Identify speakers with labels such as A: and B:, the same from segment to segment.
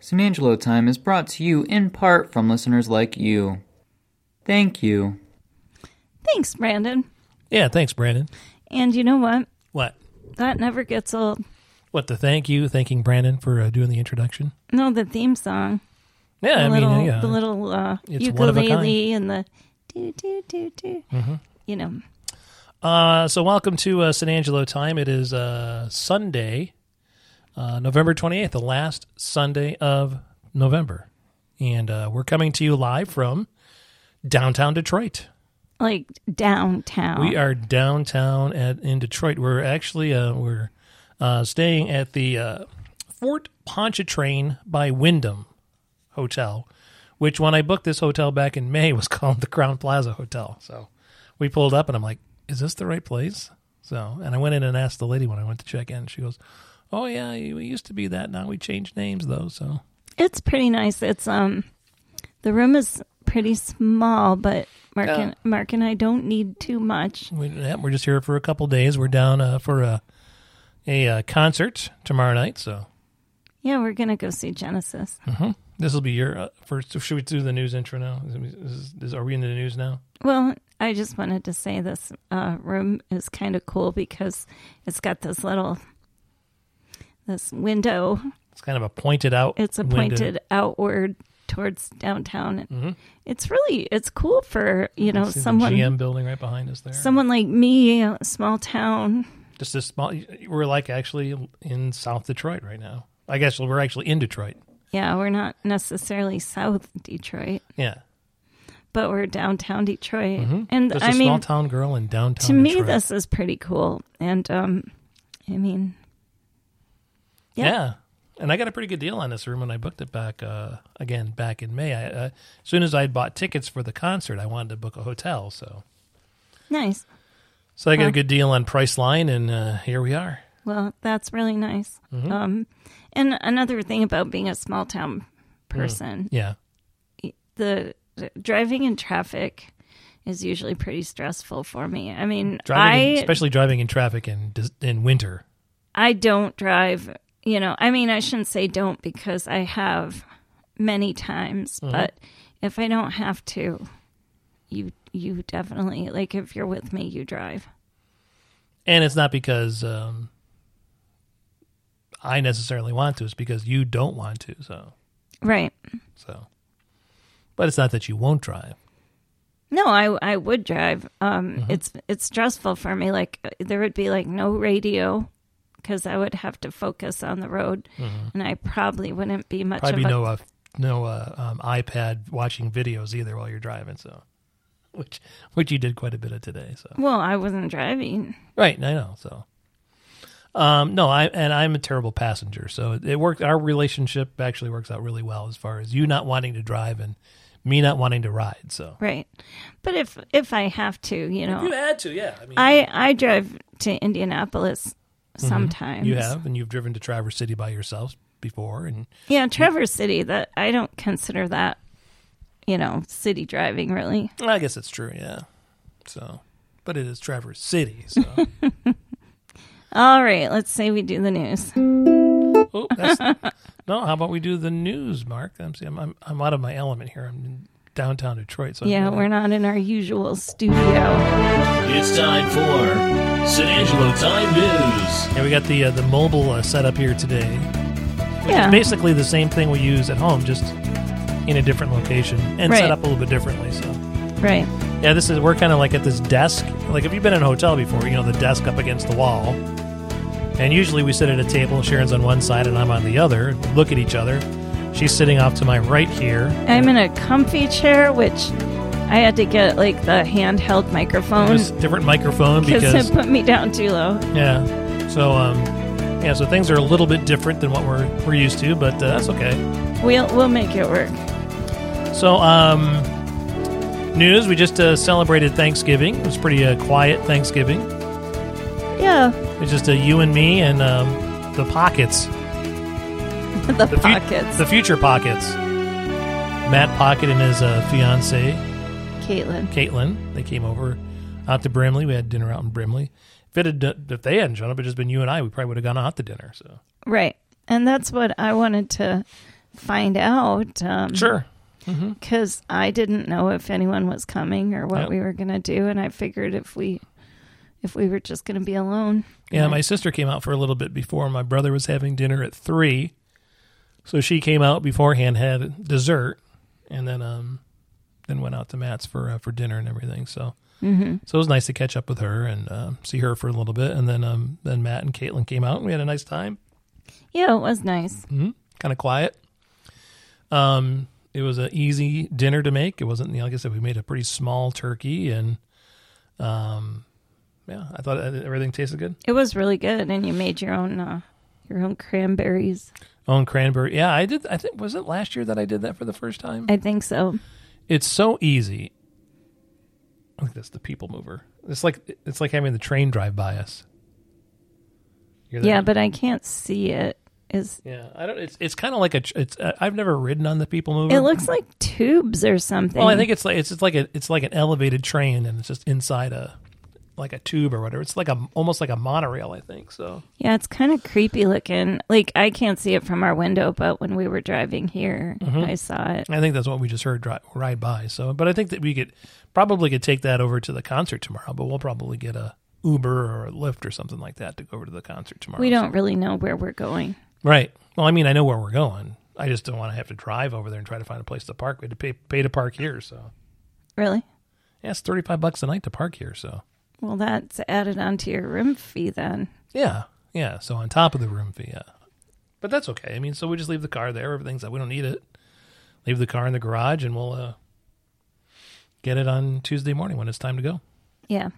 A: Sunangelo Time is brought to you in part from listeners like you. Thank you.
B: Thanks, Brandon.
C: Yeah, thanks, Brandon.
B: And you know what?
C: What?
B: That never gets old.
C: What the thank you, thanking Brandon for uh, doing the introduction.
B: No, the theme song.
C: Yeah,
B: The
C: I
B: little,
C: mean, yeah,
B: the little uh,
C: It's one of a Mm-hmm.
B: ukulele and the do do do do. You know,
C: Uh, so welcome to uh, San Angelo time. It is uh, Sunday, uh, November 28th, the last Sunday of November. And uh, we're coming to you live from downtown Detroit.
B: like downtown.
C: We are downtown at in Detroit. We're actually uh, we're uh, staying at the uh, Fort Pontchartrain by Wyndham Hotel, which when I booked this hotel back in May was called the Crown Plaza Hotel. So we pulled up and I'm like, "Is this the right place?" So and I went in and asked the lady when I went to check in. She goes, "Oh yeah, we used to be that. Now we changed names though." So
B: It's pretty nice. It's um, the room is pretty small, but Mark
C: Yeah.
B: and Mark and I don't need too much.
C: We, yeah, we're just here for a couple days. We're down uh, for a a uh, concert tomorrow night. So.
B: Yeah, we're gonna go see Genesis.
C: Hmm. This will be your uh, first. Should we do the news intro now? Is, is, is, are we into the news now?
B: Well, I just wanted to say this uh, room is kind of cool because it's got this little this window.
C: It's kind of a pointed out.
B: It's a
C: window.
B: pointed outward towards downtown. It's really it's cool for you know
C: Mm-hmm. See the
B: someone
C: GM building right behind us there.
B: someone like me, a small town.
C: Just a small. We're like actually in South Detroit right now. I guess we're actually in Detroit.
B: Yeah, we're not necessarily South Detroit,
C: Yeah,
B: but we're downtown Detroit. And
C: just a
B: I
C: Mm-hmm. small
B: mean,
C: town girl in downtown.
B: to me,
C: Detroit.
B: this is pretty cool. And um, I mean,
C: Yeah.
B: Yeah.
C: And I got a pretty good deal on this room when I booked it back uh, again back in May. I, uh, as soon as I had bought tickets for the concert, I wanted to book a hotel. So,
B: nice.
C: so I got a
B: Huh.
C: good deal on Priceline, and uh, here we are.
B: Well, that's really nice.
C: Mm-hmm.
B: Um, and another thing about being a small town
C: Mm.
B: person,
C: Yeah,
B: the the driving in traffic is usually pretty stressful for me. I mean,
C: driving, in-
B: I
C: especially driving in traffic in dis- in winter.
B: I don't drive, you know, I mean, I shouldn't say don't because I have many times,
C: Mm-hmm.
B: but if I don't have to, you you definitely like if you're with me, you drive.
C: And it's not because um, I necessarily want to. It's because you don't want to. So,
B: Right.
C: so. But it's not that you won't drive.
B: No, I I would drive. Um
C: Mm-hmm.
B: it's it's stressful for me like there would be like no radio cuz I would have to focus on the road and I probably wouldn't be much
C: Mm-hmm.
B: of
C: Probably
B: a
C: no uh, no uh, um, iPad watching videos either while you're driving. So, which which you did quite a bit of today. So.
B: Well, I wasn't driving.
C: Right, I know. So, um, no, I and I'm a terrible passenger, so it, it worked. Our relationship actually works out really well as far as you not wanting to drive and me not wanting to ride. So,
B: Right. But if if I have to, you know.
C: had to, yeah. I mean,
B: I I drive to Indianapolis sometimes.
C: Mm-hmm. you have, and you've driven to Traverse City by yourself before, and
B: Yeah, Traverse City. That I don't consider that, you know, city driving really.
C: I guess it's true, yeah. So, but it is Traverse City, so
B: All right, let's say we do the news.
C: oh, that's, no. How about we do the news, Mark? I'm see, I'm, I'm I'm out of my element here. I'm in downtown Detroit, so I'm
B: Yeah,
C: really-
B: we're not in our usual studio.
D: It's time for San Angelo Time News.
C: Yeah, we got the uh, the mobile uh, setup here today.
B: Yeah,
C: basically the same thing we use at home, just in a different location and set
B: Right.
C: up a little bit differently. So,
B: right.
C: yeah, this is we're kind of like at this desk. Like if you've been in a hotel before, you know the desk up against the wall, and usually we sit at a table. Sharon's on one side and I'm on the other. Look at each other. She's sitting off to my right here.
B: I'm in a comfy chair, which I had to get like the handheld microphone
C: Just different microphone
B: because
C: because
B: it put me down too low.
C: yeah. So um, yeah, so things are a little bit different than what we're we're used to, but uh, that's okay.
B: We'll we'll make it work.
C: So, um, news. We just uh, celebrated Thanksgiving. It was pretty uh, quiet Thanksgiving.
B: Yeah,
C: It's just uh, you and me and um, the pockets,
B: the
C: the, fu-
B: pockets,
C: the future pockets. Matt Pocket and his uh, fiancee
B: Caitlin.
C: Caitlin. They came over out to Brimley. We had dinner out in Brimley. If it had, done- if they hadn't shown up, it'd just been you and I. We probably would have gone out to dinner. So
B: Right. And that's what I wanted to find out. Um,
C: Sure.
B: Because I didn't know if anyone was coming or what
C: Yep.
B: we were going to do. And I figured if we. If we were just going to be alone,
C: Yeah, my sister came out for a little bit before. My brother was having dinner at three, so she came out beforehand, had dessert, and then um, then went out to Matt's for uh, for dinner and everything. So, so it was nice to catch up with her and uh, see her for a little bit, and then um, then Matt and Caitlin came out and we had a nice time.
B: yeah, it was nice.
C: Mm. Kind of quiet. Um, it was an easy dinner to make. It wasn't you know, like I said, we made a pretty small turkey, and um, yeah, I thought uh, everything tasted good.
B: It was really good, and you made your own uh, your own cranberries.
C: On cranberry. Yeah, I did. I think was it last year that I did that for the first time.
B: I think so.
C: It's so easy. I think that's the people mover. It's like it's like having the train drive by us. You're
B: Yeah, but I can't see it. Is
C: yeah, I don't. It's it's kind of like a. tr- It's uh, I've never ridden on the people mover.
B: it looks like tubes or something?
C: well, I think it's like it's, it's like a it's like an elevated train, and it's just inside a like a tube or whatever. It's like a almost like a monorail. I think so.
B: yeah, it's kind of creepy looking. Like I can't see it from our window, but when we were driving here,
C: Mm-hmm.
B: I saw it.
C: I think that's what we just heard dri ride by. So, but I think that we could probably could take that over to the concert tomorrow. But we'll probably get a Uber or a Lyft or something like that to go over to the concert tomorrow.
B: We don't really know where we're going.
C: right? Well, I mean, I know where we're going. I just don't want to have to drive over there and try to find a place to park. We had to pay pay to park here, so
B: Really?
C: yeah, it's thirty five bucks a night to park here. So
B: Well, that's added onto your room fee then.
C: yeah, yeah. So on top of the room fee, yeah. But that's okay. I mean, so we just leave the car there. Everything's that we don't need it. Leave the car in the garage, and we'll uh, get it on Tuesday morning when it's time to go.
B: Yeah.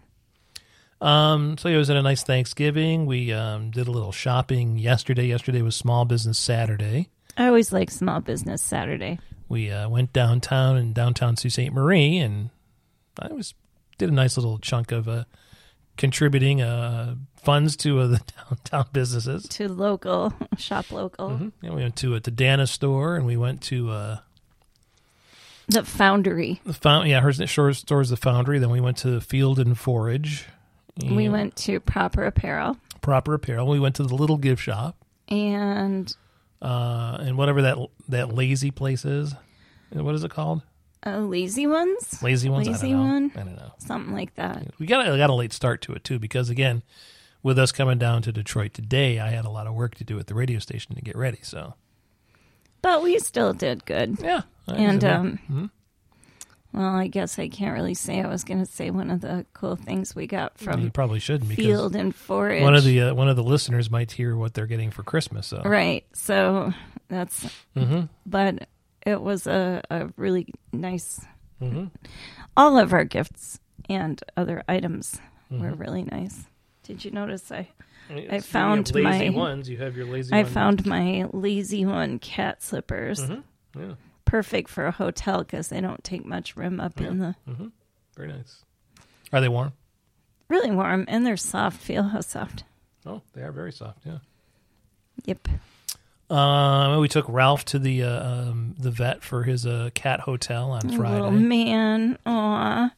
C: Um, so yeah, it was at a nice Thanksgiving. We um, did a little shopping yesterday. Yesterday was Small Business Saturday.
B: I always like Small Business Saturday.
C: We uh, went downtown in downtown Sault Ste. Marie, and I was did a nice little chunk of uh, contributing uh, funds to uh, the downtown businesses.
B: To local, shop local.
C: And we went to a Tadana store, and we went to uh,
B: The Foundry.
C: the found yeah, her store store's the Foundry. Then we went to Field and Forage.
B: We
C: and
B: went to Proper Apparel
C: proper apparel. We went to the little gift shop.
B: and
C: uh, and whatever that that lazy place is. What is it called?
B: uh, Lazy Ones?
C: Lazy ones. I
B: Lazy
C: don't know.
B: One?
C: I don't know.
B: Something like that.
C: We got a, got a late start to it too because again, with us coming down to Detroit today, I had a lot of work to do at the radio station to get ready. So
B: But we still did good.
C: yeah, I
B: And
C: said,
B: um, well, I guess I can't really say. I was going to say one of the cool things we got
C: well, you
B: from
C: probably shouldn't because
B: Field and Forage.
C: one of the uh, one of the listeners might hear what they're getting for Christmas. So
B: right, so that's. But it was a, a really nice. All of our gifts and other items were really nice. Did you notice I? I found
C: you have lazy
B: my-
C: ones. You have your lazy.
B: I
C: one-
B: found my lazy one cat slippers.
C: Yeah.
B: Perfect for a hotel because they don't take much room up in the
C: very nice. Are they warm?
B: really warm and they're soft. Feel how soft.
C: Oh, they are very soft. Yeah.
B: Yep.
C: Um, we took Ralph to the uh, um, the vet for his uh, cat hotel on
B: Little
C: Friday.
B: Oh, man. Aw.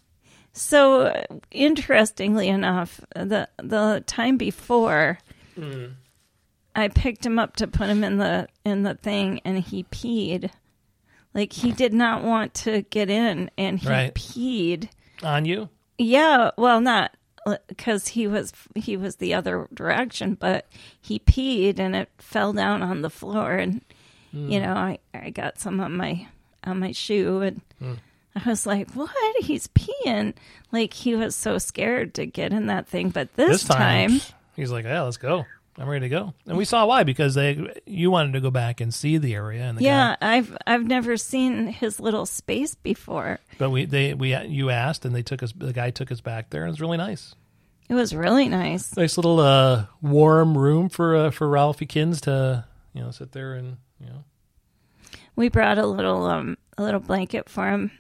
B: So uh, interestingly enough, the the time before
C: Mm.
B: I picked him up to put him in the in the thing and he peed. Like he did not want to get in and he
C: Right.
B: peed.
C: On you?
B: Yeah, well, not because he was he was the other direction, but he peed and it fell down on the floor, and you know I I got some on my on my shoe, and I was like, what? He's peeing! Like he was so scared to get in that thing, but this, time,
C: he's like, "Yeah, let's go. I'm ready to go." And we saw why because they you wanted to go back and see the area and the
B: yeah, I've I've never seen his little space before.
C: guy, but we they we you asked and they took us the guy took us back there and it was really nice.
B: It was really nice.
C: Nice little uh, warm room for uh, for Ralphie Kins to you know sit there and you know
B: We brought a little um a little blanket for him.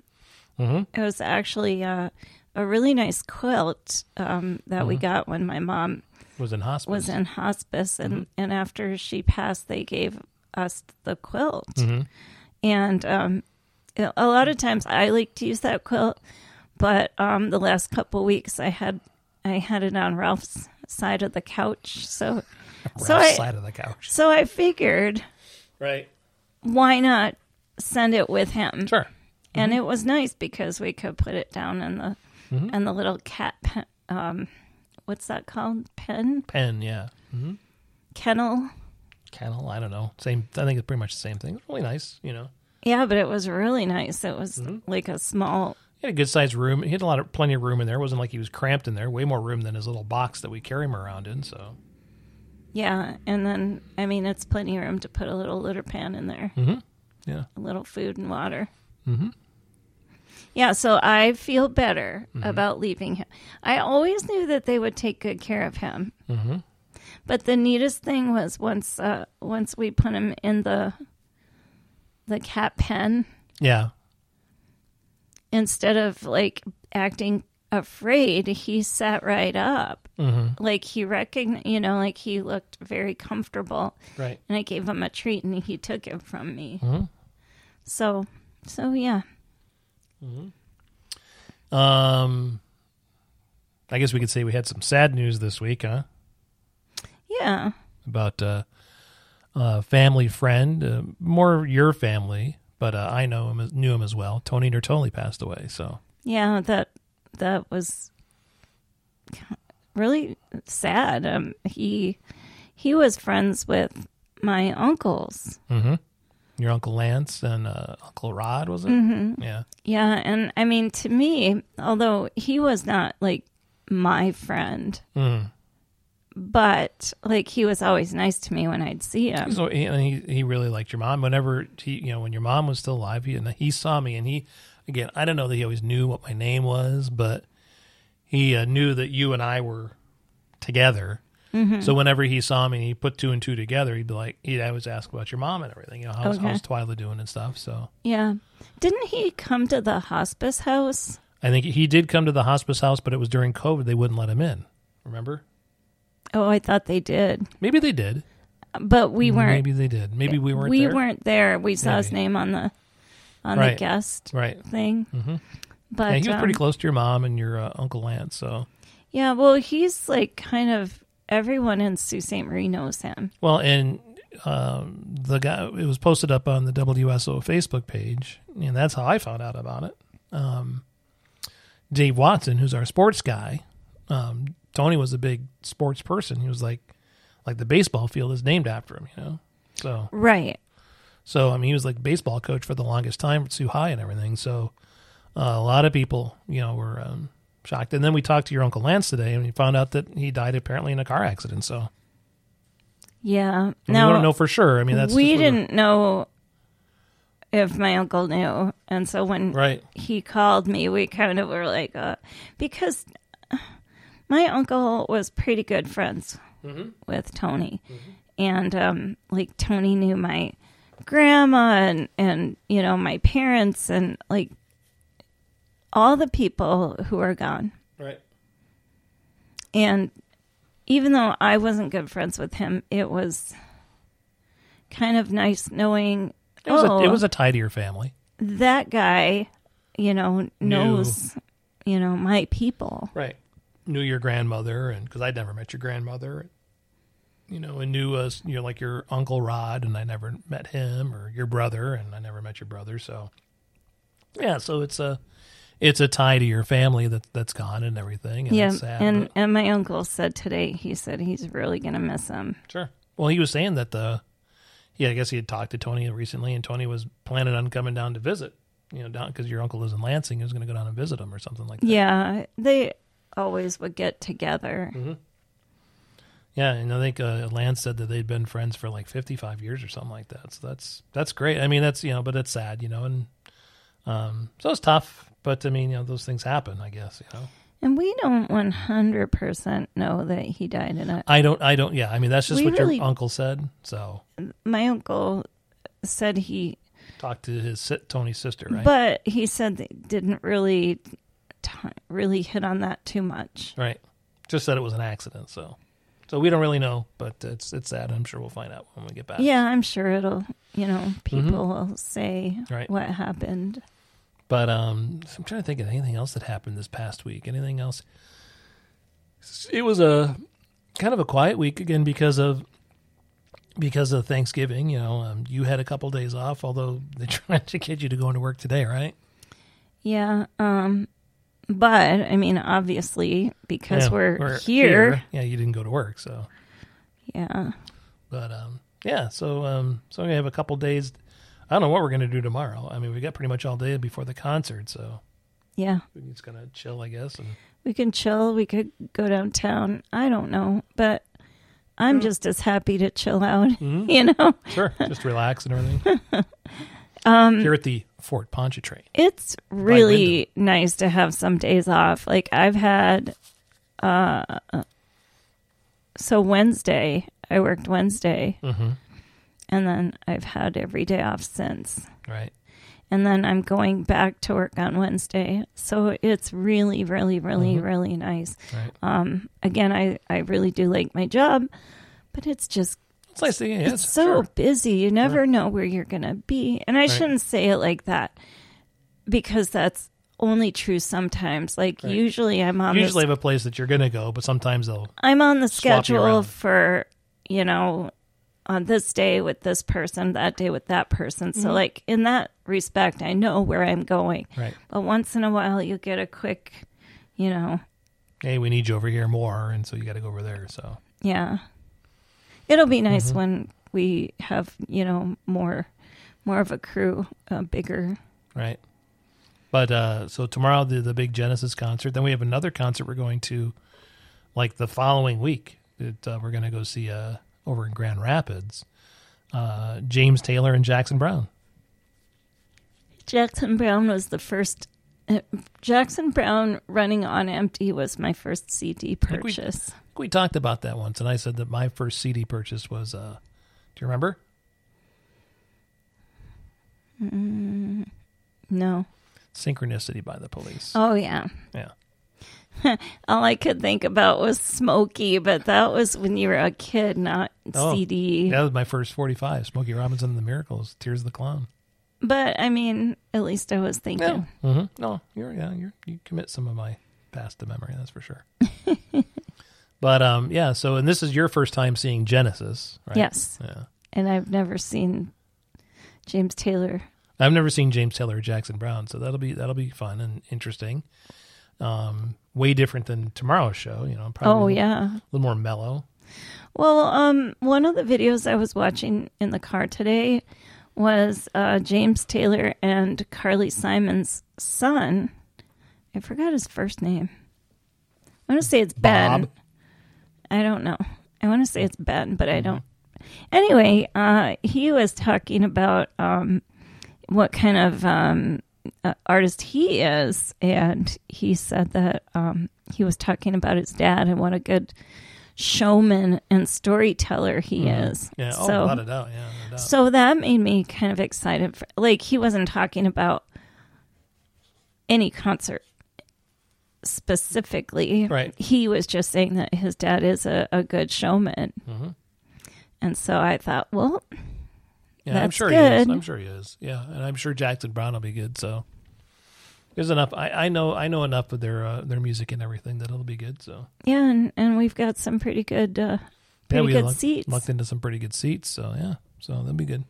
B: It was actually uh, a really nice quilt um, that we got when my mom
C: was in hospice.
B: was in hospice, and and after she passed, they gave us the quilt, and um, a a lot of times I like to use that quilt, but um, the last couple weeks I had I had it on Ralph's side of the couch, so so
C: Ralph's
B: I
C: side of the couch.
B: so I figured
C: Right.
B: why not send it with him?
C: Sure.
B: and it was nice because we could put it down in the in the little cat pen, um what's that called pen
C: Pen, yeah.
B: kennel
C: Kennel, I don't know. Same. I think it's pretty much the same thing. It's really nice, you know.
B: yeah but it was really nice it was like a small
C: He had a good sized room. He had a lot of plenty of room in there. It wasn't like he was cramped in there. Way more room than his little box that we carry him around in. So
B: yeah and then i mean it's plenty of room to put a little litter pan in there
C: yeah,
B: a little food and water yeah so i feel better about leaving him i always knew that they would take good care of him But the neatest thing was once uh, once we put him in the the cat pen
C: yeah.
B: instead of like acting afraid, he sat right up. Like he recognized, you know, like he looked very comfortable.
C: Right.
B: And I gave him a treat, and he took it from me. So, so yeah,
C: Um, I guess we could say we had some sad news this week, huh?
B: yeah,
C: About uh, a family friend, uh, more your family, but uh, I know him, knew him as well. Tony Nertoli passed away. So
B: yeah. That that was really sad. Um, he he was friends with my uncles.
C: your uncle Lance and uh, Uncle Rod was it? Yeah.
B: Yeah, and I mean to me, although he was not like my friend, but like he was always nice to me when I'd see him.
C: So he, and he he really liked your mom. Whenever he you know when your mom was still alive, he and he saw me and he again I don't know that he always knew what my name was, but he uh, knew that you and I were together.
B: Mm-hmm.
C: So whenever he saw me, and he put two and two together. He'd be like, he'd always ask about your mom and everything. You know, how's
B: Okay.
C: how's Twyla doing and stuff. So
B: Yeah. Didn't he come to the hospice house?
C: I think he did come to the hospice house, but it was during COVID. They wouldn't let him in. Remember?
B: Oh, I thought they did.
C: Maybe they did.
B: But we weren't
C: Maybe they did. Maybe we weren't.
B: we
C: there.
B: weren't there. We saw his
C: Maybe.
B: name on the on
C: Right.
B: the guest
C: Right.
B: thing. But
C: Yeah, he was
B: um,
C: pretty close to your mom and your uh, uncle Lance. So
B: yeah, well, he's like kind of everyone in Sault Ste. Marie knows him.
C: Well, and um, the guy it was posted up on the WSO Facebook page, and that's how I found out about it. Um, Dave Watson, who's our sports guy, um, Tony was a big sports person. He was like, like the baseball field is named after him, you know. So,
B: Right.
C: so I mean, he was like baseball coach for the longest time at Sioux High and everything. So, uh, a lot of people, you know, were um, shocked. And then we talked to your uncle Lance today, and we found out that he died apparently in a car accident. So,
B: Yeah.
C: we don't know for sure. I mean, that's
B: we
C: just what-
B: didn't know if my uncle knew, and so when
C: right.
B: he called me, we kind of were like, uh, because my uncle was pretty good friends
C: Mm-hmm.
B: with Tony, and um, like Tony knew my grandma and and you know my parents and like all the people who are gone.
C: Right.
B: And even though I wasn't good friends with him, it was kind of nice knowing
C: It was,
B: oh,
C: a, it was a tidier family.
B: that guy, you know, knows, you know, my people.
C: Right. Knew your grandmother, and because I'd never met your grandmother, you know, and knew us, you know, like your uncle Rod, and I never met him, or your brother, and I never met your brother. So, yeah, so it's a it's a tie to your family that that's gone and everything. And
B: yeah.
C: it's sad,
B: and
C: but-
B: and my uncle said today he said he's really going to miss him.
C: sure. Well, he was saying that the yeah, I guess he had talked to Tony recently, and Tony was planning on coming down to visit. You know, down because your uncle lives in Lansing, he was going to go down and visit him or something like that.
B: Yeah, they always would get together.
C: Mm-hmm. Yeah, and I think uh, Lance said that they'd been friends for like fifty-five years or something like that. So that's that's great. I mean, that's you know, but it's sad, you know, and um, so it's tough. But I mean, you know, those things happen. I guess you know.
B: And we don't 100% know that he died in a
C: I don't. I don't. Yeah. I mean, that's just
B: We
C: what
B: really-
C: your uncle said. So
B: My uncle said he
C: talk to his si- Tony's sister, right?
B: but he said they didn't really t- really hit on that too much
C: right. Just said it was an accident. So so we don't really know, but it's it's sad. I'm sure we'll find out when we get back.
B: yeah i'm sure it'll you know people will say
C: Mm-hmm. Right.
B: what happened
C: But um, I'm trying to think of anything else that happened this past week. Anything else? It was a kind of a quiet week again because of because of Thanksgiving, you know, um, you had a couple days off, although they tried to get you to go into work today, right?
B: Yeah. Um, but I mean, obviously, because
C: Yeah,
B: we're, here,
C: Yeah, you didn't go to work, so
B: Yeah.
C: but um, yeah, so um, so we have a couple days. I don't know what we're gonna do tomorrow. I mean, we got pretty much all day before the concert, so
B: Yeah.
C: we're just gonna chill, I guess. And
B: We can chill. We could go downtown. I don't know. But I'm just as happy to chill out, you know?
C: sure, just relax and everything. Um, here at the Fort Pontchartrain.
B: It's really nice to have some days off. Like I've had uh so Wednesday, I worked Wednesday. And then I've had every day off since.
C: Right.
B: And then I'm going back to work on Wednesday. So it's really really really
C: Mm-hmm.
B: really nice.
C: Right.
B: Um again, I I really do like my job, but it's just
C: It's nice to yeah, it's,
B: so
C: sure.
B: busy. You never know where you're going to be. And I shouldn't say it like that because that's only true sometimes. Like usually I'm on
C: usually
B: the,
C: have a place that you're gonna go, but sometimes they'll
B: I'm on the
C: swap you
B: schedule
C: around.
B: for, you know, on this day with this person, that day with that person.
C: Mm-hmm.
B: So like in that respect, I know where I'm going.
C: right.
B: But once in a while you get a quick, you know,
C: Hey, we need you over here more, and so you got to go over there. So
B: Yeah. It'll be nice
C: Mm-hmm.
B: when we have, you know, more more of a crew, a bigger.
C: right. But uh, so tomorrow the the big Genesis concert. Then we have another concert we're going to, like the following week. That uh, we're going to go see uh, over in Grand Rapids, uh, James Taylor and Jackson Brown.
B: Jackson Brown was the first uh, Jackson Brown running on empty was my first CD
C: think we-
B: purchase.
C: I think We talked about that once, and I said that my first CD purchase was. Uh, do you remember?
B: No.
C: Synchronicity by the Police.
B: Oh yeah.
C: Yeah,
B: All I could think about was Smokey, but that was when you were a kid, not
C: Oh,
B: CD.
C: that was my first forty-five. Smokey Robinson and the Miracles, Tears of the Clown.
B: But I mean, at least I was thinking.
C: hmm No, you're yeah, you're you commit some of my past to memory, that's for sure. but um yeah, so and this is your first time seeing Genesis, right?
B: Yes.
C: Yeah.
B: And I've never seen James Taylor.
C: I've never seen James Taylor or Jackson Brown, so that'll be that'll be fun and interesting. Um way different than tomorrow's show, you know, probably
B: Oh
C: a little-
B: yeah.
C: a little more mellow.
B: Well, um, one of the videos I was watching in the car today was uh, James Taylor and Carly Simon's son. I forgot his first name. I want to say it's Ben.
C: Bob.
B: I don't know. I want to say it's Ben, but
C: Mm-hmm.
B: I don't. Anyway, uh, he was talking about um, what kind of um, uh, artist he is, and he said that um, he was talking about his dad and what a good showman and storyteller he is.
C: Yeah, oh,
B: so,
C: without a doubt, yeah, no doubt.
B: so that made me kind of excited. For, like he wasn't talking about any concert specifically.
C: Right.
B: He was just saying that his dad is a, a good showman.
C: Mm-hmm.
B: And so I thought, well,
C: Yeah, I'm
B: That's
C: sure he is.
B: good.
C: I'm sure he is. Yeah, and I'm sure Jackson Brown will be good. So there's enough. I, I know. I know enough of their uh, their music and everything that it'll be good. So
B: yeah, and, and we've got some pretty good uh, pretty
C: we
B: good
C: luck-
B: seats.
C: Lucked into some pretty good seats, so yeah, so that'd be good.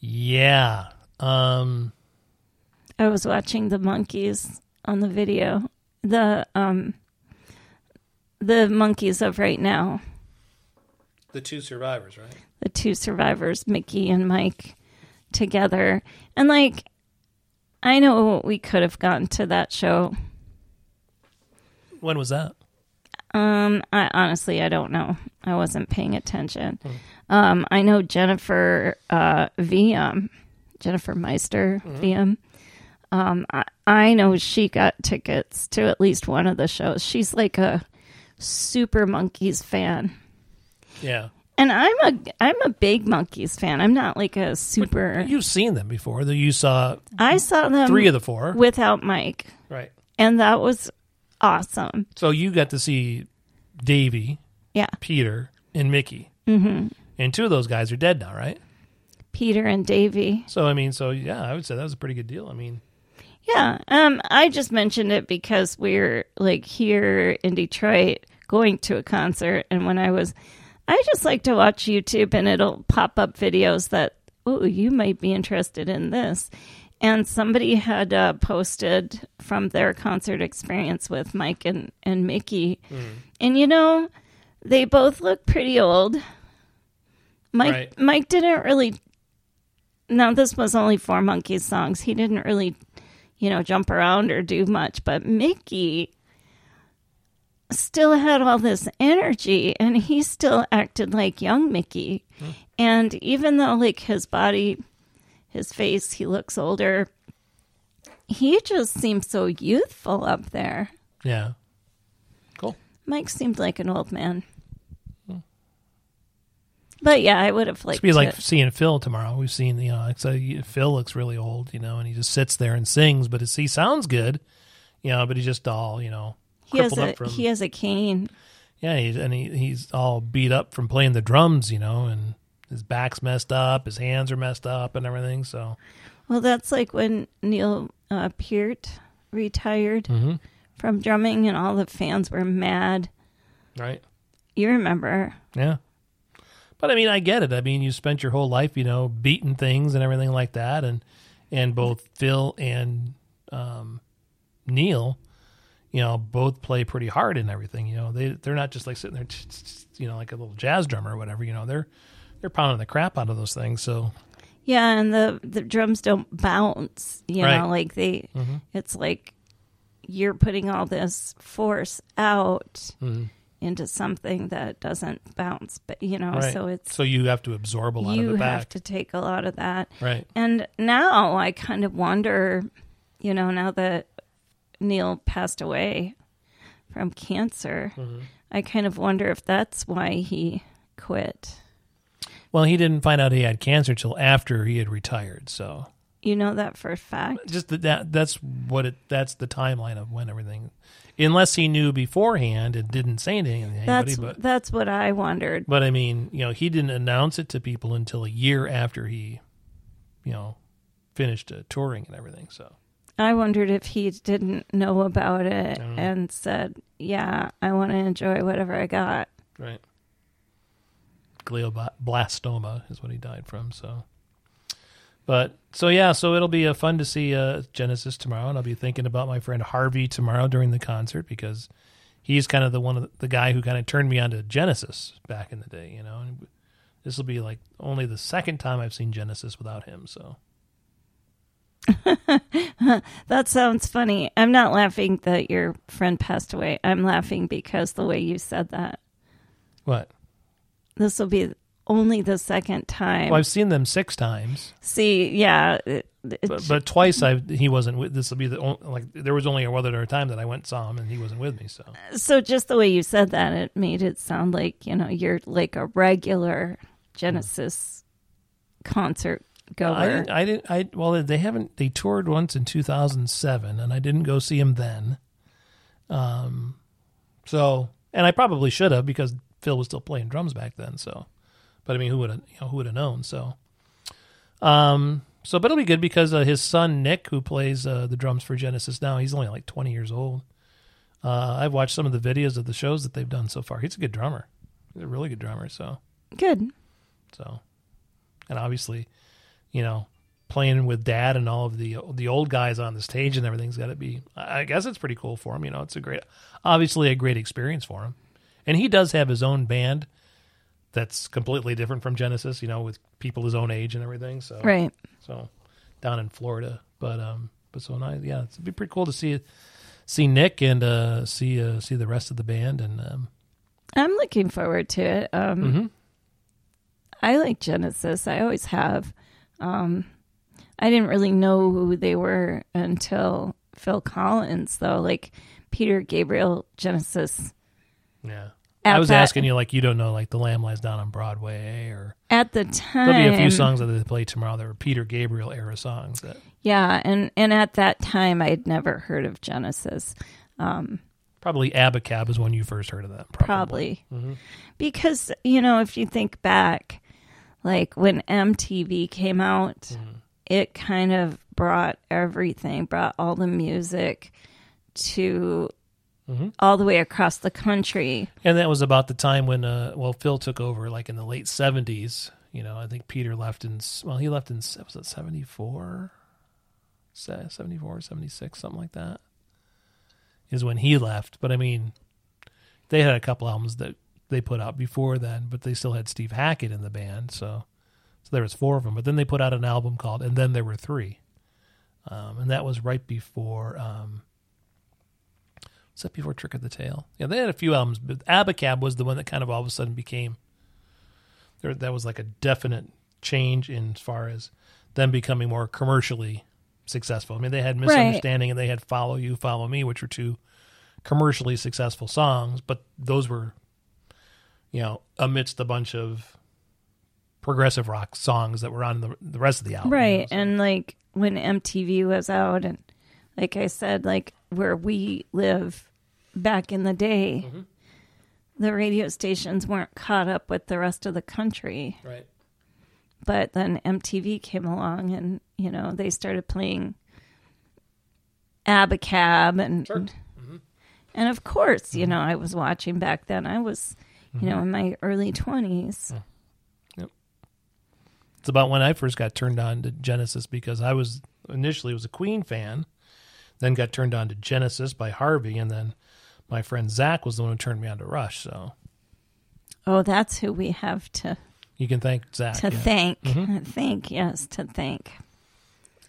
C: Yeah. Um.
B: I was watching the monkeys on the video. The um the monkeys of right now,
C: The two survivors, right?
B: the two survivors, Mickey and Mike together. And like I know we could have gotten to that show.
C: When was that?
B: Um I honestly I don't know. I wasn't paying attention.
C: Hmm.
B: Um I know Jennifer uh VM, Jennifer Meister
C: Hmm.
B: VM. Um I, I know she got tickets to at least one of the shows. She's like a super monkeys fan.
C: Yeah.
B: And I'm a I'm a big monkeys fan. I'm not like a super
C: You've seen them before. Though you saw
B: I saw them
C: three of the four,
B: without Mike,
C: right?
B: and that was awesome.
C: So you got to see Davy,
B: Yeah,
C: Peter, and Mickey. Mm-hmm. And two of those guys are dead now, right?
B: Peter and Davy.
C: So I mean, so yeah, I would say that was a pretty good deal. I mean,
B: Yeah, um, I just mentioned it because we're like here in Detroit going to a concert, and when I was I just like to watch YouTube and it'll pop up videos that, oh, you might be interested in this. And somebody had uh, posted from their concert experience with Mike and, and Mickey. And you know, they both look pretty old. Mike
C: Right.
B: Mike didn't really now this was only four monkeys songs. He didn't really, you know, jump around or do much, but Mickey still had all this energy and he still acted like young Mickey. And even though like his body, his face, he looks older, he just seems so youthful up there.
C: Yeah. Cool.
B: Mike seemed like an old man. But yeah, I would have liked
C: It's Hmm. be like
B: it.
C: seeing Phil tomorrow. We've seen you know, it's a, Phil looks really old, you know, and he just sits there and sings, but it's, he sounds good, you know, but he's just all you know
B: He has
C: crippled
B: a
C: up from
B: he has a cane.
C: yeah, he's, and he, he's all beat up from playing the drums, you know, and his back's messed up, his hands are messed up, and everything. So
B: Well, that's like when Neil uh, Peart retired
C: Mm-hmm.
B: from drumming, and all the fans were mad.
C: right,
B: You remember?
C: yeah. But I mean, I get it. I mean, you spent your whole life, you know, beating things and everything like that, and and both Phil and um, Neil, you know, both play pretty hard and everything. You know, they they're not just like sitting there, you know, like a little jazz drummer or whatever. You know, they're they're pounding the crap out of those things. So
B: Yeah, and the the drums don't bounce. You
C: Right. Mm-hmm.
B: know, like they, it's like you're putting all this force out
C: Mm-hmm.
B: into something that doesn't bounce. But you know,
C: right,
B: Oh, so it's
C: so you have to absorb a lot of
B: you
C: it back.
B: have to take a lot of that.
C: Right.
B: And now I kind of wonder, you know, now that Neil passed away from cancer,
C: Mm-hmm.
B: I kind of wonder if that's why he quit.
C: Well, he didn't find out he had cancer till after he had retired. So
B: You know that for a fact.
C: just that, that that's what it that's the timeline of when everything, unless he knew beforehand and didn't say anything to anybody.
B: That's
C: but
B: that's what I wondered.
C: but I mean, you know, he didn't announce it to people until a year after he, you know, finished uh, touring and everything. So
B: I wondered if he didn't know about it
C: Oh.
B: and said, "Yeah, I want to enjoy whatever I got."
C: right, glioblastoma is what he died from. So. But so yeah, so it'll be uh, fun to see uh, Genesis tomorrow, and I'll be thinking about my friend Harvey tomorrow during the concert because he's kind of the one of the, the guy who kind of turned me on to Genesis back in the day, you know. And this will be like only the second time I've seen Genesis without him, so
B: That sounds funny. I'm not laughing that your friend passed away. I'm laughing because the way you said that.
C: what?
B: This will be only the second time.
C: Well, I've seen them six times,
B: See, yeah, it, it-
C: but, but twice I he wasn't with. This will be the only, like there was only a other time that I went and saw him, and he wasn't with me. So
B: so just the way you said that, it made it sound like you know you're like a regular Genesis concert goer.
C: I didn't, I didn't. I well, they haven't. They toured once in 2007, and I didn't go see him then. Um, so and I probably should have because Phil was still playing drums back then. So, but I mean, who would have? You know, who would have known? So, um, so but it'll be good because uh, his son Nick, who plays uh, the drums for Genesis now, he's only like 20 years old. Uh, I've watched some of the videos of the shows that they've done so far. He's a good drummer. He's a really good drummer. So.
B: Good.
C: So, and obviously, you know, playing with dad and all of the the old guys on the stage and everything's got to be. I I guess it's pretty cool for him. You know, it's a great, obviously a great experience for him. And he does have his own band that's completely different from Genesis. You know, with people his own age and everything. So
B: Right.
C: so down in Florida. But um, but so nice. Yeah, it'd be pretty cool to see see Nick and uh, see uh, see the rest of the band and um,
B: I'm looking forward to it. Um,
C: Mm-hmm.
B: I like Genesis. I always have. Um, I didn't really know who they were until Phil Collins, though. Like Peter Gabriel, Genesis.
C: yeah.
B: At
C: I was
B: that-
C: asking you like you don't know like the Lamb Lies Down on Broadway or
B: At the time,
C: There'll be a few songs that they play tomorrow that were Peter Gabriel era songs. That
B: Yeah, and and at that time, I had never heard of Genesis,
C: probably Abacab is when you first heard of them.
B: probably because you know if you think back, like when MTV came out, it kind of brought everything, brought all the music to all the way across the country.
C: And that was about the time when, uh, well, Phil took over, like in the late seventies. You know, I think Peter left in, s- well, he left in s- was it seventy four, seventy four, seventy six, something like that, is when he left. But I mean, they had a couple albums that they put out before then, but they still had Steve Hackett in the band, so so there was four of them. But then they put out an album called, and then there were three, um, and that was right before. Um, was that before Trick of the Tail? Yeah, they had a few albums, but Abacab was the one that kind of all of a sudden became there. That was like a definite change in as far as them becoming more commercially successful. I mean, they had Misunderstanding and they had Follow You, Follow Me, which were two commercially successful songs, but those were, you know, amidst a bunch of progressive rock songs that were on the, the rest of the album.
B: Right. And like when MTV was out, and like I said, like where we live back in the day, the radio stations weren't caught up with the rest of the country.
C: Right.
B: But then MTV came along and, you know, they started playing Abacab and. And of course, you know, I was watching back then. I was, you know, in my early 20s.
C: It's about when I first got turned on to Genesis because I was initially was a Queen fan, then got turned on to Genesis by Harvey, and then my friend Zach was the one who turned me on to Rush. So
B: Oh, that's who we have to
C: you can thank Zach.
B: to
C: yeah.
B: thank thank yes to thank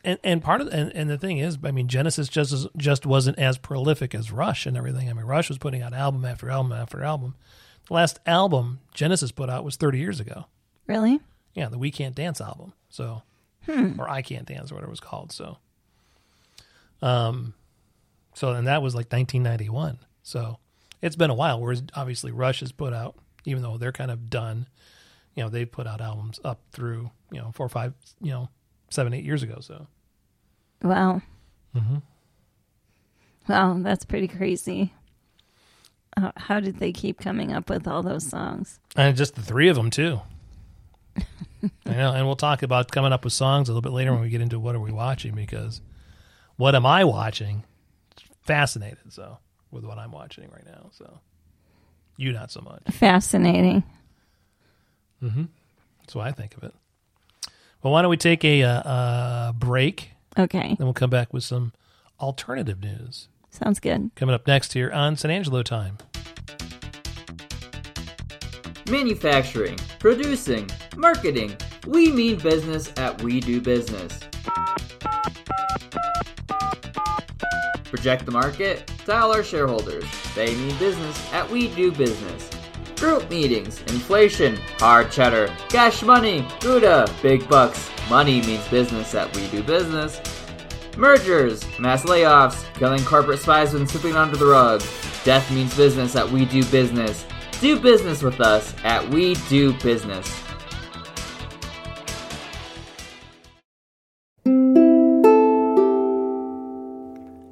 C: and and part of and, and the thing is, I mean, Genesis just just wasn't as prolific as Rush and everything. I mean, Rush was putting out album after album after album. The last album Genesis put out was 30 years ago.
B: really
C: Yeah, the We Can't Dance album. So, or I Can't Dance, or whatever it was called. So, um, so and that was like 1991. So it's been a while. Whereas obviously Rush has put out, even though they're kind of done, you know, they've put out albums up through you know four or five, you know, seven eight years ago. So.
B: wow wow that's pretty crazy how, how did they keep coming up with all those songs
C: And just the three of them too. I know, and we'll talk about coming up with songs a little bit later when we get into what are we watching because what am I watching? Fascinated so with what I'm watching right now. So you not so much.
B: fascinating
C: That's what I think of it. Well, why don't we take a uh, uh, break?
B: okay
C: Then we'll come back with some alternative news
B: sounds good
C: coming up next here on San Angelo time.
E: manufacturing, producing, marketing. We mean business at We Do Business. Project the market, dial our shareholders. They mean business at We Do Business. Group meetings, inflation, hard cheddar, cash money, Gouda, big bucks. Money means business at We Do Business. Mergers, mass layoffs, killing corporate spies when slipping under the rug. Death means business at We Do Business. Do business with us at We Do Business.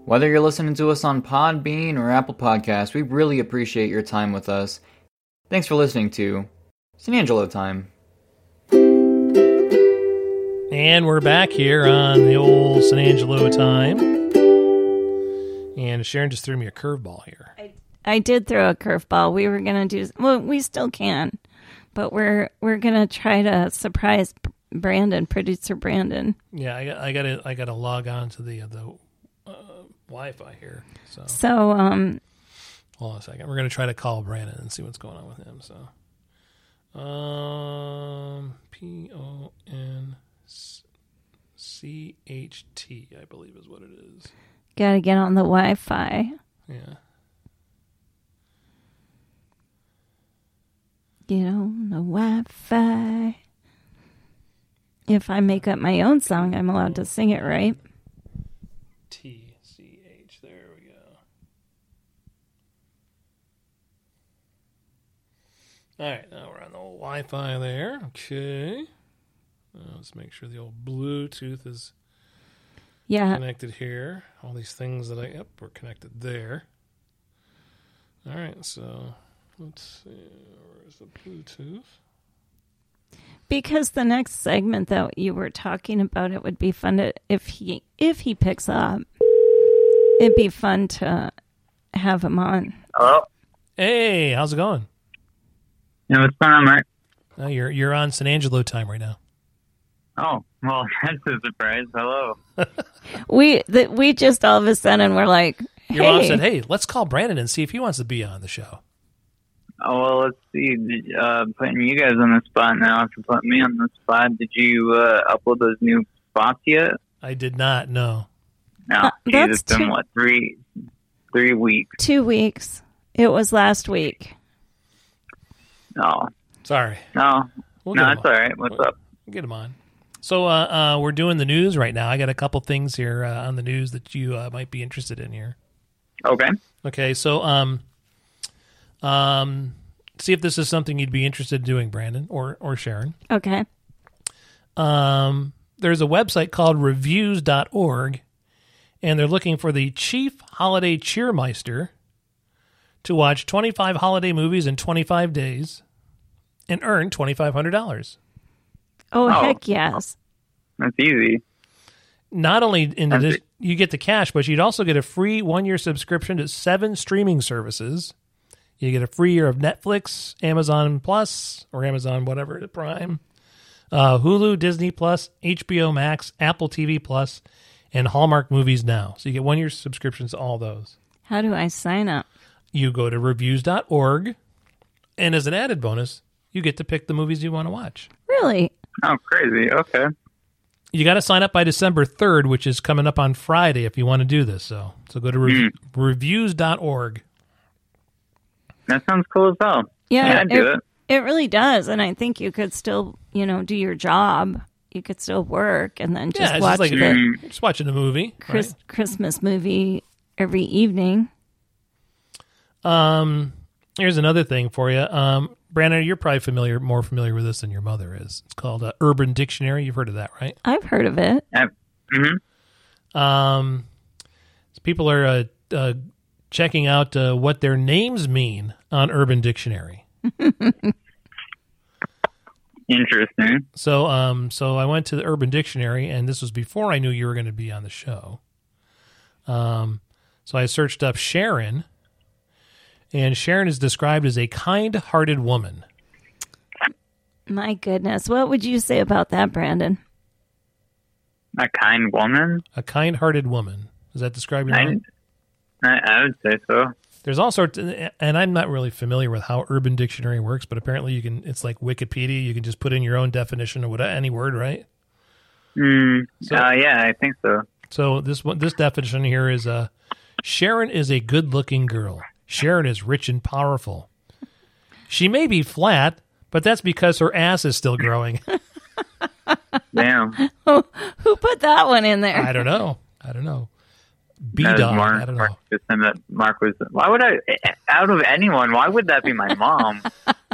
A: Whether you're listening to us on Podbean or Apple Podcasts, we really appreciate your time with us. Thanks for listening to San Angelo Time.
C: And we're back here on the old San Angelo time. And Sharon just threw me a curveball here.
B: i did throw a curveball we were gonna do well we still can but we're we're gonna try to surprise brandon producer brandon
C: Yeah, I, got- I gotta I gotta log on to the uh, the uh, Wi-Fi here. So
B: so um
C: hold on a second. We're gonna try to call Brandon and see what's going on with him. So, um, P O N C H T, I believe is what it is.
B: gotta get on the wi-fi
C: Yeah.
B: Get on the Wi Fi. If I make up my own song, I'm allowed to sing it, right?
C: T C H. There we go. All right, now we're on the old Wi-Fi there. Okay, Now let's make sure the old Bluetooth is
B: Yeah.
C: connected here. All these things that I yep, we're connected there. All right, so let's see. Where's the Bluetooth?
B: Because the next segment that you were talking about, it would be fun to if he if he picks up. It'd be fun to have him on.
F: Hello?
C: Hey, how's it going?
F: Yeah, what's going on, Mark?
C: Oh, you're you're on San Angelo time right now.
F: Oh, well, that's a surprise. Hello.
B: We that we just all of a sudden were like,
C: Your mom
B: hey,
C: said, "Hey, let's call Brandon and see if he wants to be on the show."
F: Oh, well, let's see. Did, uh, putting you guys on the spot now. If you put me on the spot, did you uh, upload those new spots yet?
C: I did not know.
F: No.
B: Uh,
F: Jeez,
B: that's
F: it's been,
B: too-
F: what, three, three weeks?
B: two weeks. It was last week.
F: No.
C: Sorry,
F: No.
C: We'll
F: no,
C: get
F: it's
C: him
F: all
C: on.
F: right. What's
C: What-
F: up?
C: We'll get him on. So uh, uh, we're doing the news right now. I got a couple things here uh, on the news that you uh, might be interested in here.
F: Okay.
C: Okay, so um, um, see if this is something you'd be interested in doing, Brandon or or Sharon.
B: Okay.
C: Um, there's a website called reviews.org, and they're looking for the chief holiday cheermeister to watch 25 holiday movies in 25 days and earn $2,500.
B: Oh,
F: Oh.
B: heck yes.
F: That's easy.
C: Not only in
F: That's
C: this,
F: it.
C: you get the cash, but you'd also get a free one year subscription to seven streaming services. You get a free year of Netflix, Amazon Plus, or Amazon whatever Prime, uh, Hulu, Disney Plus, HBO Max, Apple TV Plus, and Hallmark Movies Now. So you get one year subscriptions to all those.
B: How do I sign up?
C: You go to reviews.org, and as an added bonus, you get to pick the movies you want to watch.
B: Really?
F: Oh, crazy. Okay.
C: You got to sign up by December 3rd, which is coming up on Friday if you want to do this. So, so go to rev- reviews.org.
F: That sounds cool as hell.
B: Yeah,
F: Yeah, I'd do it.
B: It really does, and I think you could still, you know, do your job. You could still work, and then just
C: yeah, it's
B: watch
C: just like
F: Mm.
B: the
C: just watching a movie.
B: Chris-
C: right?
B: Christmas movie every evening.
C: Um, here's another thing for you. Um, Brandon, you're probably familiar, more familiar with this than your mother is. It's called uh, Urban Dictionary. You've heard of that, right?
B: I've heard of it.
F: hmm
C: Um, so people are uh, uh, checking out uh, what their names mean on Urban Dictionary.
F: Interesting.
C: So, um, so I went to the Urban Dictionary, and this was before I knew you were going to be on the show. Um, so I searched up Sharon, and Sharon is described as a kind-hearted woman.
B: My goodness, what would you say about that, Brandon?
F: A kind woman?
C: A kind-hearted woman. Does that describe your
F: I,
C: mom?
F: I, I would say so.
C: There's all sorts, and I'm not really familiar with how Urban Dictionary works, but apparently you can. It's like Wikipedia. You can just put in your own definition of what any word, right?
F: Mm,
C: So-
F: uh, yeah, I think so.
C: So this one, this definition here is uh, Sharon is a good-looking girl. Sharon is rich and powerful. She may be flat, but that's because her ass is still growing.
F: Damn.
B: Who put that one in there?
C: I don't know. I don't know. B
F: That was
C: dog.
F: uh, Mark,
C: I don't
F: Mark
C: know.
F: just said that Mark was. Why would I? Out of anyone, why would that be my mom?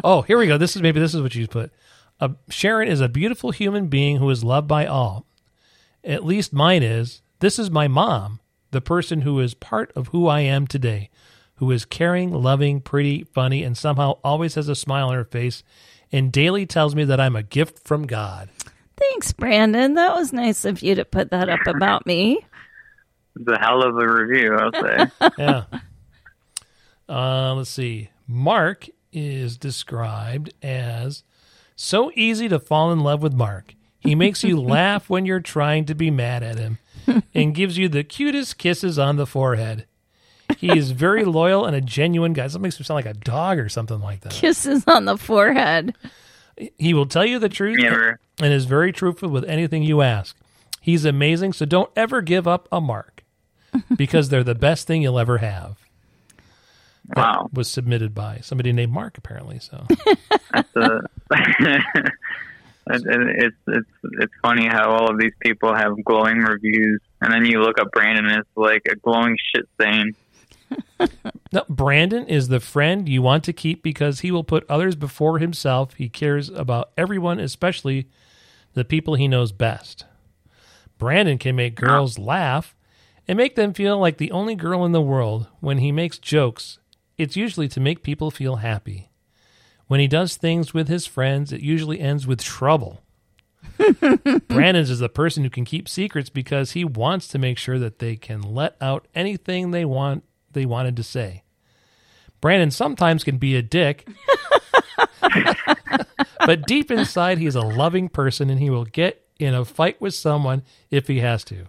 C: Oh, here we go. This is maybe this is what you put. Uh, Sharon is a beautiful human being who is loved by all. At least mine is. This is my mom, the person who is part of who I am today, who is caring, loving, pretty, funny, and somehow always has a smile on her face, and daily tells me that I'm a gift from God.
B: Thanks, Brandon. That was nice of you to put that up about me.
F: It's a hell of a review, I'll say.
C: Yeah. uh, let's see. Mark is described as so easy to fall in love with Mark. He makes you laugh when you're trying to be mad at him and gives you the cutest kisses on the forehead. He is very loyal and a genuine guy. That makes him sound like a dog or something like that.
B: Kisses on the forehead.
C: He will tell you the truth
F: You ever-
C: and is very truthful with anything you ask. He's amazing, so don't ever give up a mark because they're the best thing you'll ever have.
F: wow,
C: was submitted by somebody named Mark, apparently. So,
F: that's a. it, it- it's it's it's funny how all of these people have glowing reviews, and then you look up Brandon, and it's like a glowing shit stain.
C: no, Brandon is the friend you want to keep because he will put others before himself. He cares about everyone, especially the people he knows best. Brandon can make girls laugh and make them feel like the only girl in the world. When he makes jokes, it's usually to make people feel happy. When he does things with his friends, it usually ends with trouble. Brandon's is the person who can keep secrets because he wants to make sure that they can let out anything they want they wanted to say. Brandon sometimes can be a dick, but deep inside, he's a loving person and he will get in a fight with someone if he has to.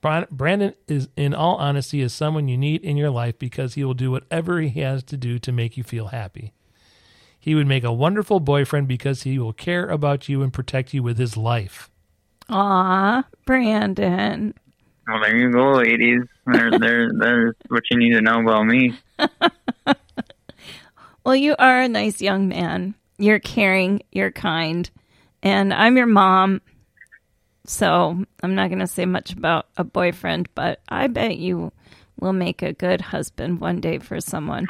C: Bron- Brandon is, in all honesty, is someone you need in your life because he will do whatever he has to do to make you feel happy. He would make a wonderful boyfriend because he will care about you and protect you with his life.
B: Aw, Brandon.
F: Well, there you go, ladies. There, there, there's what you need to know about me.
B: Well, you are a nice young man. You're caring, you're kind, and I'm your mom. So I'm not going to say much about a boyfriend, but I bet you will make a good husband one day for someone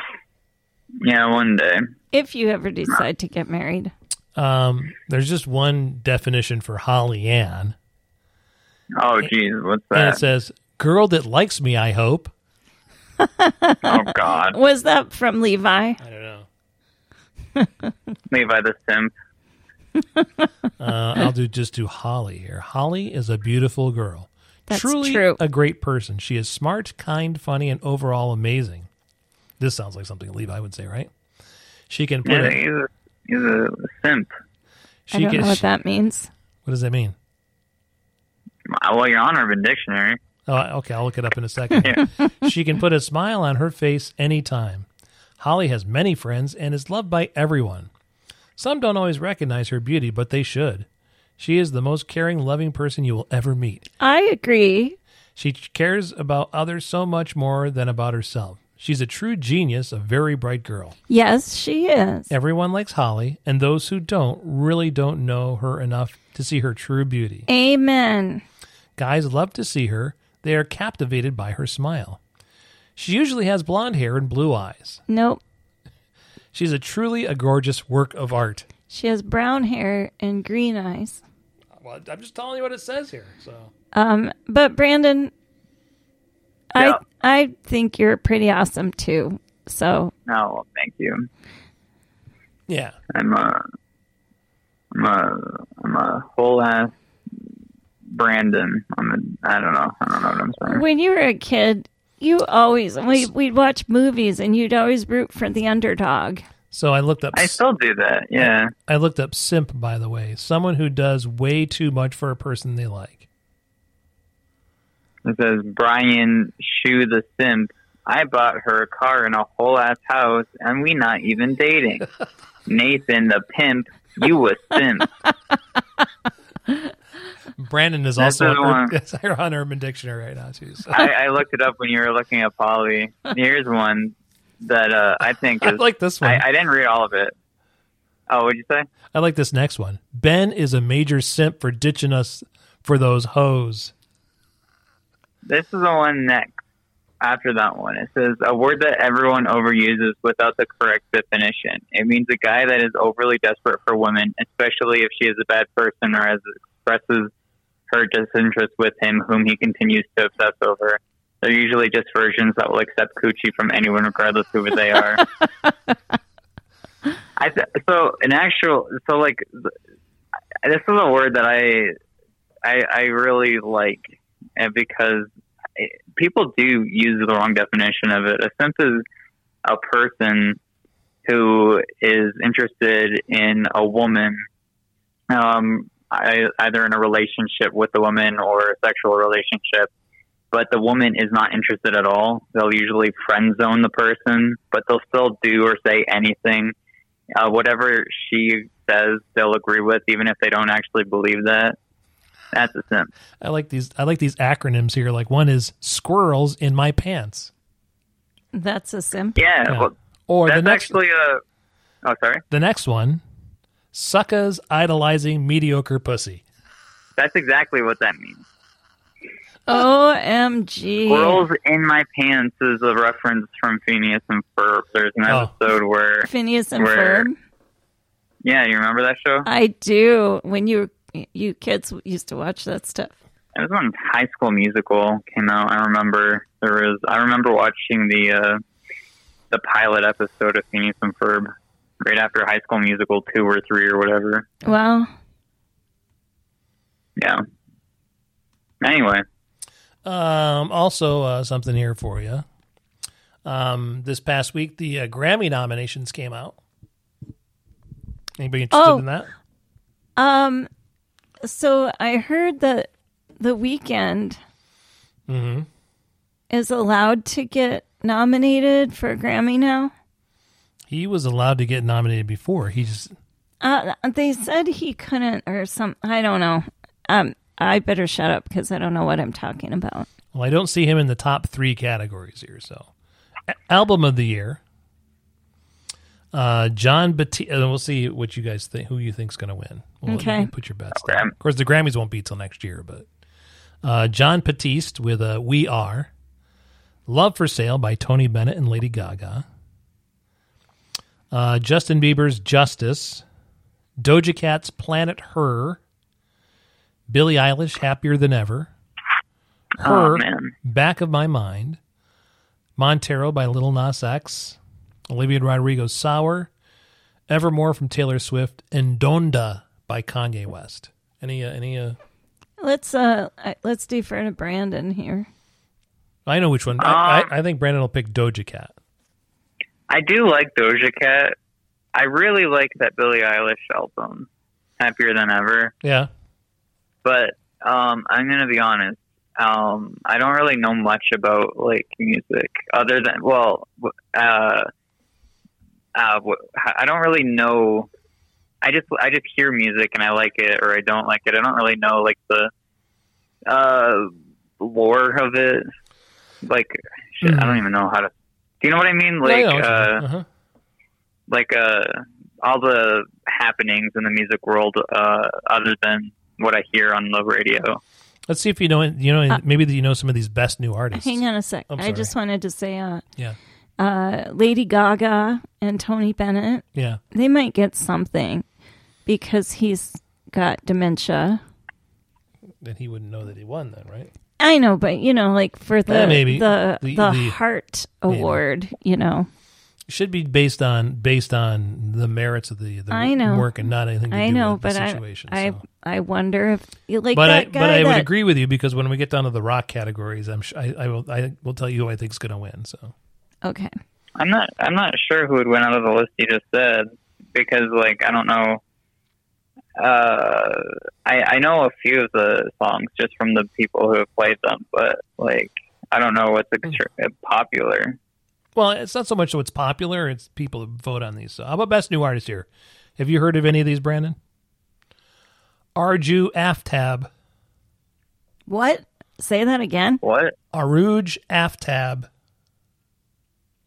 F: Yeah, one day.
B: if you ever decide to get married.
C: Um, there's just one definition for Holly Ann,
F: Oh, jeez, what's
C: and it
F: that?
C: says, "Girl that likes me, I hope."
F: Oh, God.
B: Was that from Levi?
C: I don't know.
F: Levi the simp.
C: Uh, I'll do just do Holly here. Holly is a beautiful girl.
B: That's
C: Truly
B: true.
C: a great person. She is smart, kind, funny, and overall amazing. This sounds like something Levi would say, right? She can put
F: Yeah,
C: a-
F: he's a, he's a simp.
C: she
B: I don't
C: can,
B: know what
C: she-
B: that means.
C: what does that mean?
F: Uh, Well, you're on Urban Dictionary.
C: Oh, okay. I'll look it up in a second. she can put a smile on her face anytime. Holly has many friends and is loved by everyone. Some don't always recognize her beauty, but they should. She is the most caring, loving person you will ever meet.
B: I agree.
C: She cares about others so much more than about herself. She's a true genius, a very bright girl.
B: Yes, she is.
C: Everyone likes Holly, and those who don't really don't know her enough to see her true beauty.
B: Amen.
C: Guys love to see her. They are captivated by her smile. She usually has blonde hair and blue eyes.
B: Nope.
C: She's a truly a gorgeous work of art.
B: She has brown hair and green eyes.
C: Well, I'm just telling you what it says here. So
B: Um, but Brandon,
F: Yeah.
B: I I think you're pretty awesome too. So
F: Oh, well, thank you.
C: yeah,
F: I'm a, I'm a, I'm a whole ass Brandon. I'm a, I don't know. I don't know what I'm saying.
B: when you were a kid, you always we we'd watch movies and you'd always root for the underdog.
C: so I looked up.
F: I still do that. Yeah.
C: I looked up simp by the way. Someone who does way too much for a person they like.
F: It says Brian Shoe the simp. I bought her a car and a whole ass house, and we not even dating. Nathan the pimp, you a simp.
C: Brandon is
F: That's
C: also
F: the
C: on,
F: one.
C: Ur- they're on Urban Dictionary right now too. So.
F: I, I looked it up when you were looking at Polly. Here's one that uh, I think
C: I
F: is.
C: like this one.
F: I, I didn't read all of it. Oh, what'd you say?
C: I like this next one. Ben is a major simp for ditching us for those hoes.
F: This is the one next after that one. It says a word that everyone overuses without the correct definition. It means a guy that is overly desperate for women, especially if she is a bad person or as expresses her disinterest with him, whom he continues to obsess over. They're usually just versions that will accept coochie from anyone, regardless who they are. I th- so an actual so like th- this is a word that I I, I really like and because it- people do use the wrong definition of it. A simp is a person who is interested in a woman, um, I, either in a relationship with the woman or a sexual relationship, but the woman is not interested at all. They'll usually friend zone the person, but they'll still do or say anything. Uh, whatever she says, they'll agree with, even if they don't actually believe that. That's a simp.
C: I like these. I like these acronyms here. Like one is squirrels in my pants.
B: That's a simp.
F: Yeah,
C: Yeah.
F: well,
C: Or
F: that's
C: the next,
F: actually a. Oh, sorry.
C: the next one, suckas idolizing mediocre pussy.
F: That's exactly what that means.
B: OMG.
F: Squirrels in my pants is a reference from Phineas and Ferb. There's an
C: Oh.
F: episode where,
B: Phineas and
F: Where-
B: Ferb.
F: yeah, you remember that show?
B: I do. When you you kids used to watch that stuff.
F: It was when High School Musical came out. I remember there was. I remember watching the uh, the pilot episode of Phineas and Ferb right after High School Musical two or three or whatever.
B: Well,
F: Yeah. Anyway,
C: Um, also, uh, something here for you. Um, this past week, the uh, Grammy nominations came out. Anybody interested
B: Oh.
C: in that?
B: Um, so I heard that the weekend
C: Mm-hmm.
B: is allowed to get nominated for a Grammy now.
C: He was allowed to get nominated before. He just
B: Uh, they said he couldn't or some. I don't know. Um, I better shut up because I don't know what I'm talking about.
C: Well, I don't see him in the top three categories here. So, A- album of the year, uh, John Batiste. And we'll see what you guys think. Who you think's going to win? We'll let
B: Okay.
C: you put your bets. down. Of course, the Grammys won't be till next year, but uh, John Batiste with uh, "We Are," "Love for Sale" by Tony Bennett and Lady Gaga. Uh, Justin Bieber's "Justice," Doja Cat's "Planet Her," Billie Eilish "Happier Than Ever." Her,
F: Oh man,
C: Back of My Mind, Montero by Little Nas X, Olivia Rodrigo's Sour, Evermore from Taylor Swift, and Donda by Kanye West. Any, uh, any, uh,
B: Let's uh, I- let's defer to Brandon here.
C: I know which one. I,
F: Um,
C: I, I think Brandon will pick Doja Cat.
F: I do like Doja Cat. I really like that Billie Eilish album, Happier Than Ever.
C: Yeah.
F: But um, I'm gonna be honest. Um, I don't really know much about like music other than well, w- uh, uh, w- I don't really know. I just I just hear music and I like it or I don't like it. I don't really know like the uh, lore of it. Like shit, I don't even know how to. Do you know what I mean? Like
C: I know what you
F: uh,
C: mean. Uh-huh.
F: like uh all the happenings in the music world uh other than what I hear on the radio.
C: Let's see if you know, you know,
B: Uh,
C: maybe you know some of these best new artists.
B: Hang on a sec.
C: I'm
B: I just wanted to say, uh,
C: Yeah.
B: uh, Lady Gaga and Tony Bennett,
C: Yeah.
B: they might get something because he's got dementia.
C: Then he wouldn't know that he won then, right?
B: I know, but you know, like for the
C: Yeah, Eh, maybe.
B: the
C: The-
B: the,
C: the-
B: heart
C: maybe.
B: award, you know.
C: It should be based on, based on the merits of the, the
B: I know.
C: work and not anything to
B: I
C: do
B: know,
C: with the
B: but I
C: situation.
B: I,
C: so.
B: I wonder if like
C: but I
B: that guy
C: but I would
B: that-
C: agree with you because when we get down to the rock categories, I'm sure I, I will I will tell you who I think's going to win. So
B: Okay,
F: I'm not I'm not sure who would win out of the list you just said because like I don't know uh I I know a few of the songs just from the people who have played them, but like I don't know what's extra- uh, popular.
C: well, it's not so much what's popular; it's people who vote on these. So how about best new artist here? Have you heard of any of these, Brandon? Arju Aftab,
B: what? Say that again.
F: What?
C: Aruj Aftab.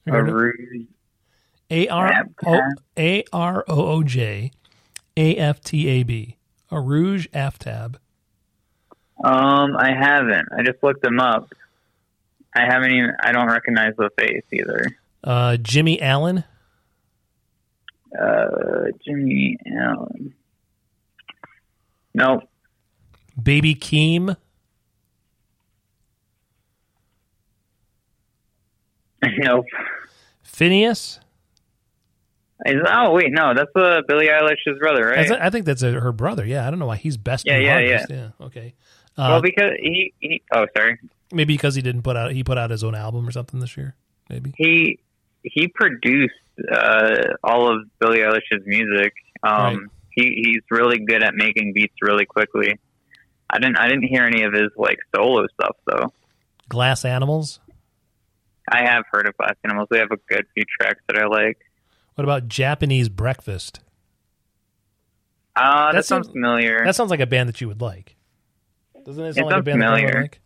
C: You heard of-
F: Aruj
C: A R O A R O O J A F T A B. Aruj Aftab.
F: Um, I haven't. I just looked them up. I haven't even. I don't recognize the face either.
C: Uh, Jimmy Allen.
F: Uh, Jimmy Allen. Nope.
C: Baby Keem.
F: Nope.
C: Phineas.
F: Is, oh wait, no, that's uh, Billie Eilish's brother, right?
C: That's- I think that's uh her brother. Yeah, I don't know why he's best.
F: Yeah,
C: new
F: yeah,
C: artist. yeah. Okay. Uh,
F: well, because he, he. Oh, sorry.
C: maybe because he didn't put out he put out his own album or something this year. Maybe.
F: He he produced uh, all of Billie Eilish's music. Um,
C: Right.
F: he he's really good at making beats really quickly. I didn't I didn't hear any of his like solo stuff though.
C: Glass Animals.
F: I have heard of Glass Animals. They have a good few tracks that I like.
C: What about Japanese Breakfast?
F: Uh, that,
C: That
F: sounds
C: seems-
F: familiar.
C: That sounds like a band that you would like. Doesn't it sound like a
F: sounds
C: band that I would
F: familiar.
C: like?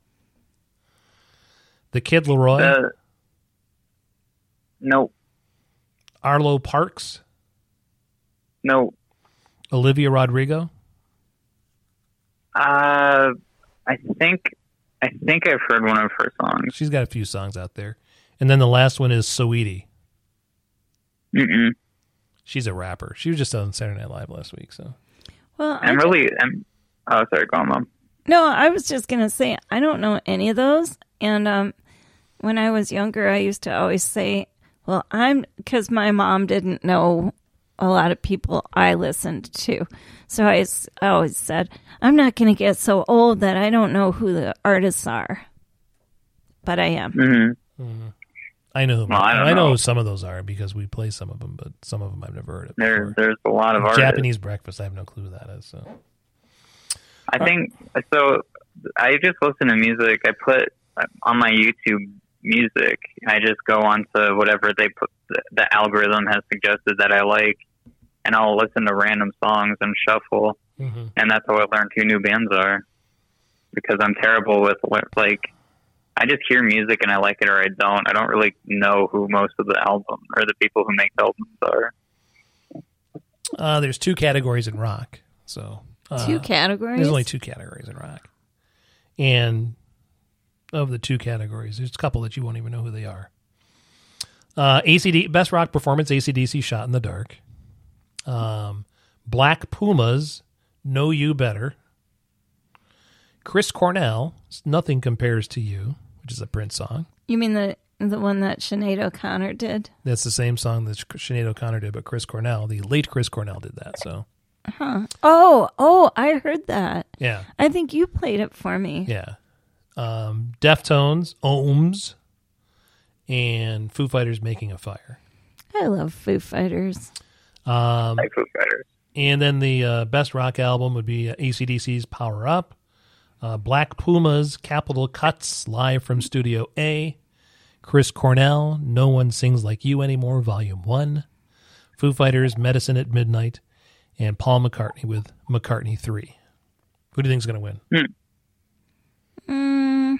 C: The Kid Leroy,
F: Uh, no,
C: Arlo Parks,
F: no.
C: Olivia Rodrigo.
F: Uh, I think I think I've heard one of her songs.
C: She's got a few songs out there. And then the last one is Saweetie.
F: Mm-mm.
C: She's a rapper. She was just on Saturday Night Live last week, so
B: Well, I
F: I'm
B: ju-
F: really. I'm, oh, sorry, go on, mom.
B: no, I was just gonna say I don't know any of those. And um, when I was younger, I used to always say, "Well, I'm," because my mom didn't know a lot of people I listened to, so I, s- I always said, "I'm not gonna get so old that I don't know who the artists are," but I am.
F: Mm-hmm.
C: I know.
F: Well, I don't
C: know.
F: know.
C: who some of those are because we play some of them, but some of them I've never heard of.
F: There,
C: before.
F: there's a lot of artists.
C: Japanese breakfast. I have no clue who that is. So.
F: I think so. I just listen to music. I put on my YouTube music. I just go on to whatever they put the algorithm has suggested that I like, and I'll listen to random songs and shuffle,
C: Mhm.
F: and that's how I learn who new bands are. Because I'm terrible with what like. I just hear music and I like it or I don't. I don't really know who most of the album or the people who make albums are.
C: Uh, there's two categories in rock. So uh,
B: two categories.
C: There's only two categories in rock, and of the two categories, there's a couple that you won't even know who they are. Uh, ACD best rock performance: ACDC "Shot in the Dark," um, Black Pumas "Know You Better," Chris Cornell "Nothing Compares to You," which is a Prince song.
B: You mean the the one that Sinead O'Connor did?
C: That's the same song that Sinead O'Connor did, but Chris Cornell, the late Chris Cornell, did that. So
B: Oh, oh, I heard that.
C: yeah,
B: I think you played it for me.
C: Yeah. Um, Deftones, Ohms, and Foo Fighters Making a Fire.
B: I love Foo Fighters.
C: Um,
F: Like Foo Fighters.
C: and then the uh, best rock album would be uh, ACDC's Power Up, uh, Black Puma's Capital Cuts Live from Studio A, Chris Cornell, No One Sings Like You Anymore, Volume 1, Foo Fighters, Medicine at Midnight, and Paul McCartney with McCartney 3. Who do you think's going to win?
B: Mm,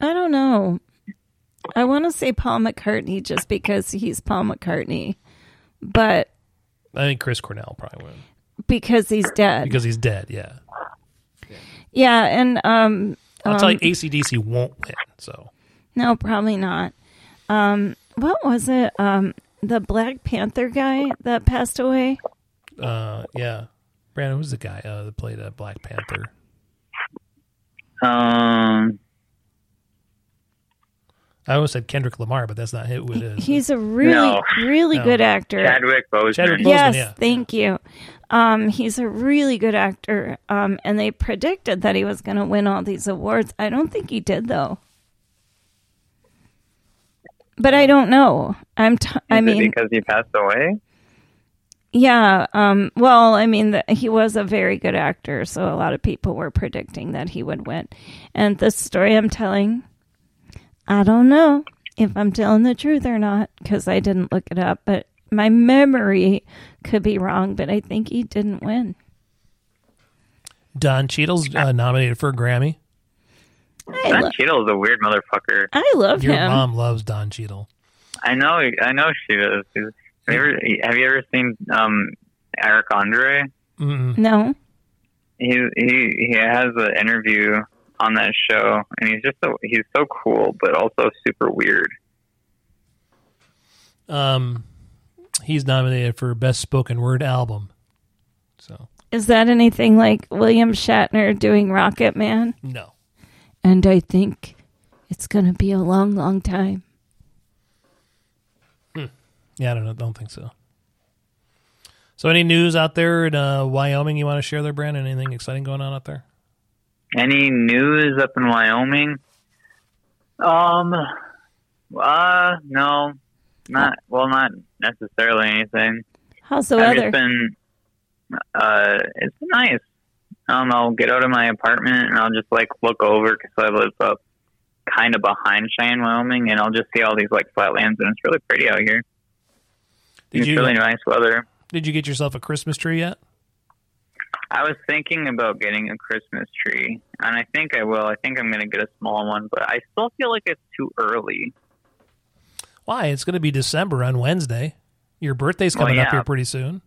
B: I don't know. I want to say Paul McCartney just because he's Paul McCartney, but
C: I think Chris Cornell probably win
B: because he's dead.
C: because he's dead, yeah.
B: yeah, and um,
C: I'll tell you, ACDC won't win. So
B: no, probably not. Um, what was it? Um, the Black Panther guy that passed away.
C: uh, yeah, Brandon who's the guy uh, that played uh, Black Panther.
F: Um,
C: I almost said Kendrick Lamar, but that's not who it is.
B: He's a really,
F: No.
B: really
C: No.
B: good actor.
F: Chadwick Boseman.
C: Chadwick Boseman.
B: Yes,
C: yeah.
B: thank you. Um, he's a really good actor, um, and they predicted that he was going to win all these awards. I don't think he did, though. But I don't know. I'm. T- I
F: Is it
B: mean,
F: because he passed away.
B: yeah. Um, well, I mean, the, he was a very good actor, so a lot of people were predicting that he would win. And the story I'm telling, I don't know if I'm telling the truth or not because I didn't look it up, but my memory could be wrong. But I think he didn't win.
C: Don Cheadle's uh, nominated for a Grammy.
B: I, lo-
F: Don Cheadle is a weird motherfucker.
B: I love
C: Your
B: him.
C: mom loves Don Cheadle.
F: I know. I know she is. She's- Have you ever, have you ever seen um, Eric Andre?
C: Mm-mm.
B: No,
F: He he he has an interview on that show, and he's just so he's so cool, but also super weird.
C: Um, he's nominated for best spoken word album. So
B: is that anything like William Shatner doing Rocket Man?
C: no,
B: And I think it's gonna be a long, long time.
C: yeah, I don't know. Don't think so. So any news out there in uh, Wyoming you want to share there, Brandon? Anything exciting going on out there?
F: Any news up in Wyoming? Um, uh, no, not well, not necessarily anything.
B: How's the
F: I've
B: weather?
F: just been, uh, it's been nice. Um, I'll get out of my apartment and I'll just like look over because I live up kind of behind Cheyenne, Wyoming, and I'll just see all these like flatlands and it's really pretty out here.
C: Did
F: it's
C: you
F: really nice weather.
C: did you get yourself a Christmas tree yet?
F: I was thinking about getting a Christmas tree, and I think I will. I think I'm going to get a small one, but I still feel like it's too early.
C: Why? It's going to be December on Wednesday. Your birthday's
F: Well,
C: coming up
F: yeah.
C: here pretty soon.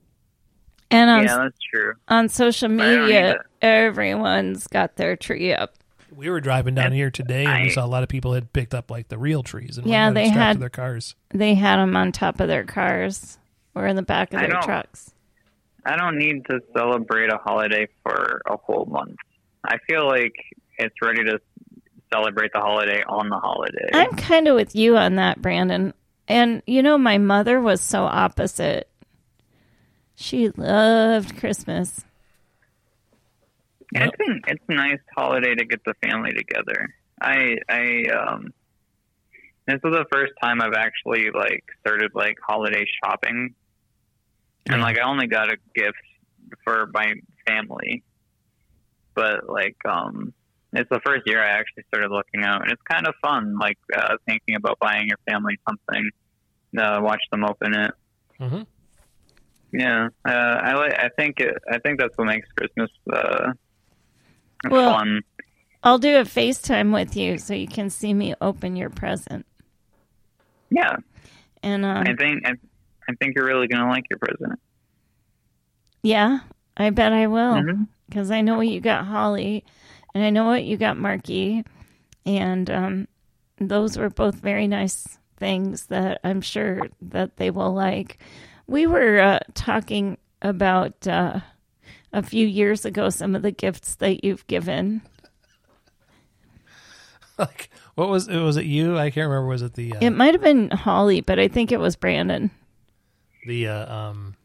B: and on
F: Yeah, that's true.
B: on social
F: I don't
B: media,
F: either.
B: everyone's got their tree up.
C: We were driving down here today, and we
F: I-
C: saw a lot of people had picked up like the real trees and
B: Yeah,
C: like,
B: they
C: strapped to
B: had-
C: their cars.
B: They had them on top of their cars or in the back of
F: I
B: their
F: don't-
B: trucks.
F: I don't need to celebrate a holiday for a whole month. I feel like it's ready to celebrate the holiday on the holiday.
B: I'm kind of with you on that, Brandon. And you know, my mother was so opposite. She loved Christmas.
F: It's an, it's a nice holiday to get the family together. I I um this is the first time I've actually like started like holiday shopping. And like I only got a gift for my family. But like um it's the first year I actually started looking out and it's kind of fun like uh, thinking about buying your family something. Uh, watch them open it.
C: Mhm.
F: Yeah, uh, I like. I think it, I think that's what makes Christmas uh,
B: Well,
F: fun.
B: I'll do a FaceTime with you so you can see me open your present.
F: Yeah,
B: And um,
F: I think I, I think you're really gonna like your present.
B: yeah, I bet I will.
F: Mhm.
B: because I know what you got, Holly, and I know what you got, Marky, and um, those were both very nice things that I'm sure that they will like. We were uh, talking about uh, a few years ago some of the gifts that you've given.
C: like what was it? Was it you? I can't remember. Was it the uh,
B: It might have been Holly, but I think it was Brandon.
C: the uh, um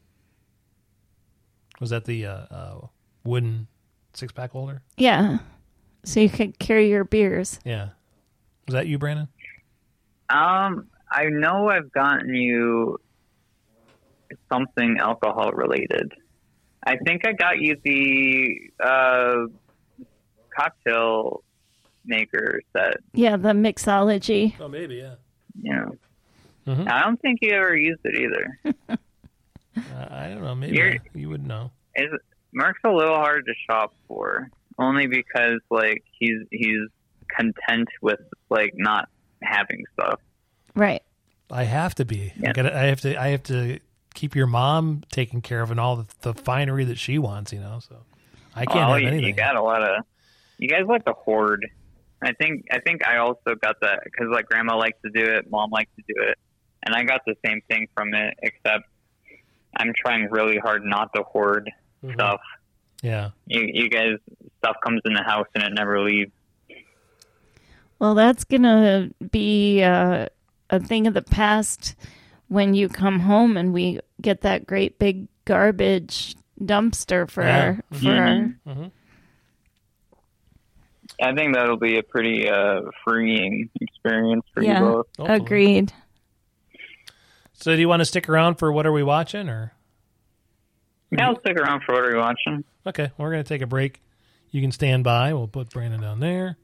C: was that the uh, uh wooden six pack holder?
B: Yeah, so you could carry your beers.
C: Yeah, was that you, Brandon?
F: Um, I know I've gotten you something alcohol related. I think I got you the uh, cocktail maker set.
B: Yeah, the mixology.
C: Oh, maybe yeah.
F: You know,
C: Mhm.
F: I don't think you ever used it either.
C: Uh, I, I don't know. Maybe
F: You're-
C: I- you would know.
F: Is Mark's a little hard to shop for, only because like he's he's content with like not having stuff.
B: Right.
C: I have to be. I
F: Yeah.
C: got. I have to. I have to keep your mom taken care of and all the, the finery that she wants. You know, so I can't
F: oh,
C: have
F: you,
C: anything.
F: you got a lot of. You guys like to hoard. I think I think I also got that because like grandma likes to do it, mom likes to do it, and I got the same thing from it. Except I'm trying really hard not to hoard
C: Mhm.
F: stuff.
C: Yeah.
F: You you guys stuff comes in the house and it never leaves.
B: Well, that's going to be uh, a thing of the past when you come home and we get that great big garbage dumpster for
C: Yeah. Mm-hmm.
B: our for our
F: I think that'll be a pretty uh, freeing experience for
B: Yeah.
F: you both.
C: Hopefully.
B: agreed.
C: So do you want to stick around for what are we watching or?
F: Yeah, I'll stick around for what are you watching.
C: Okay, we're going to take a break. You can stand by. We'll put Brandon down there.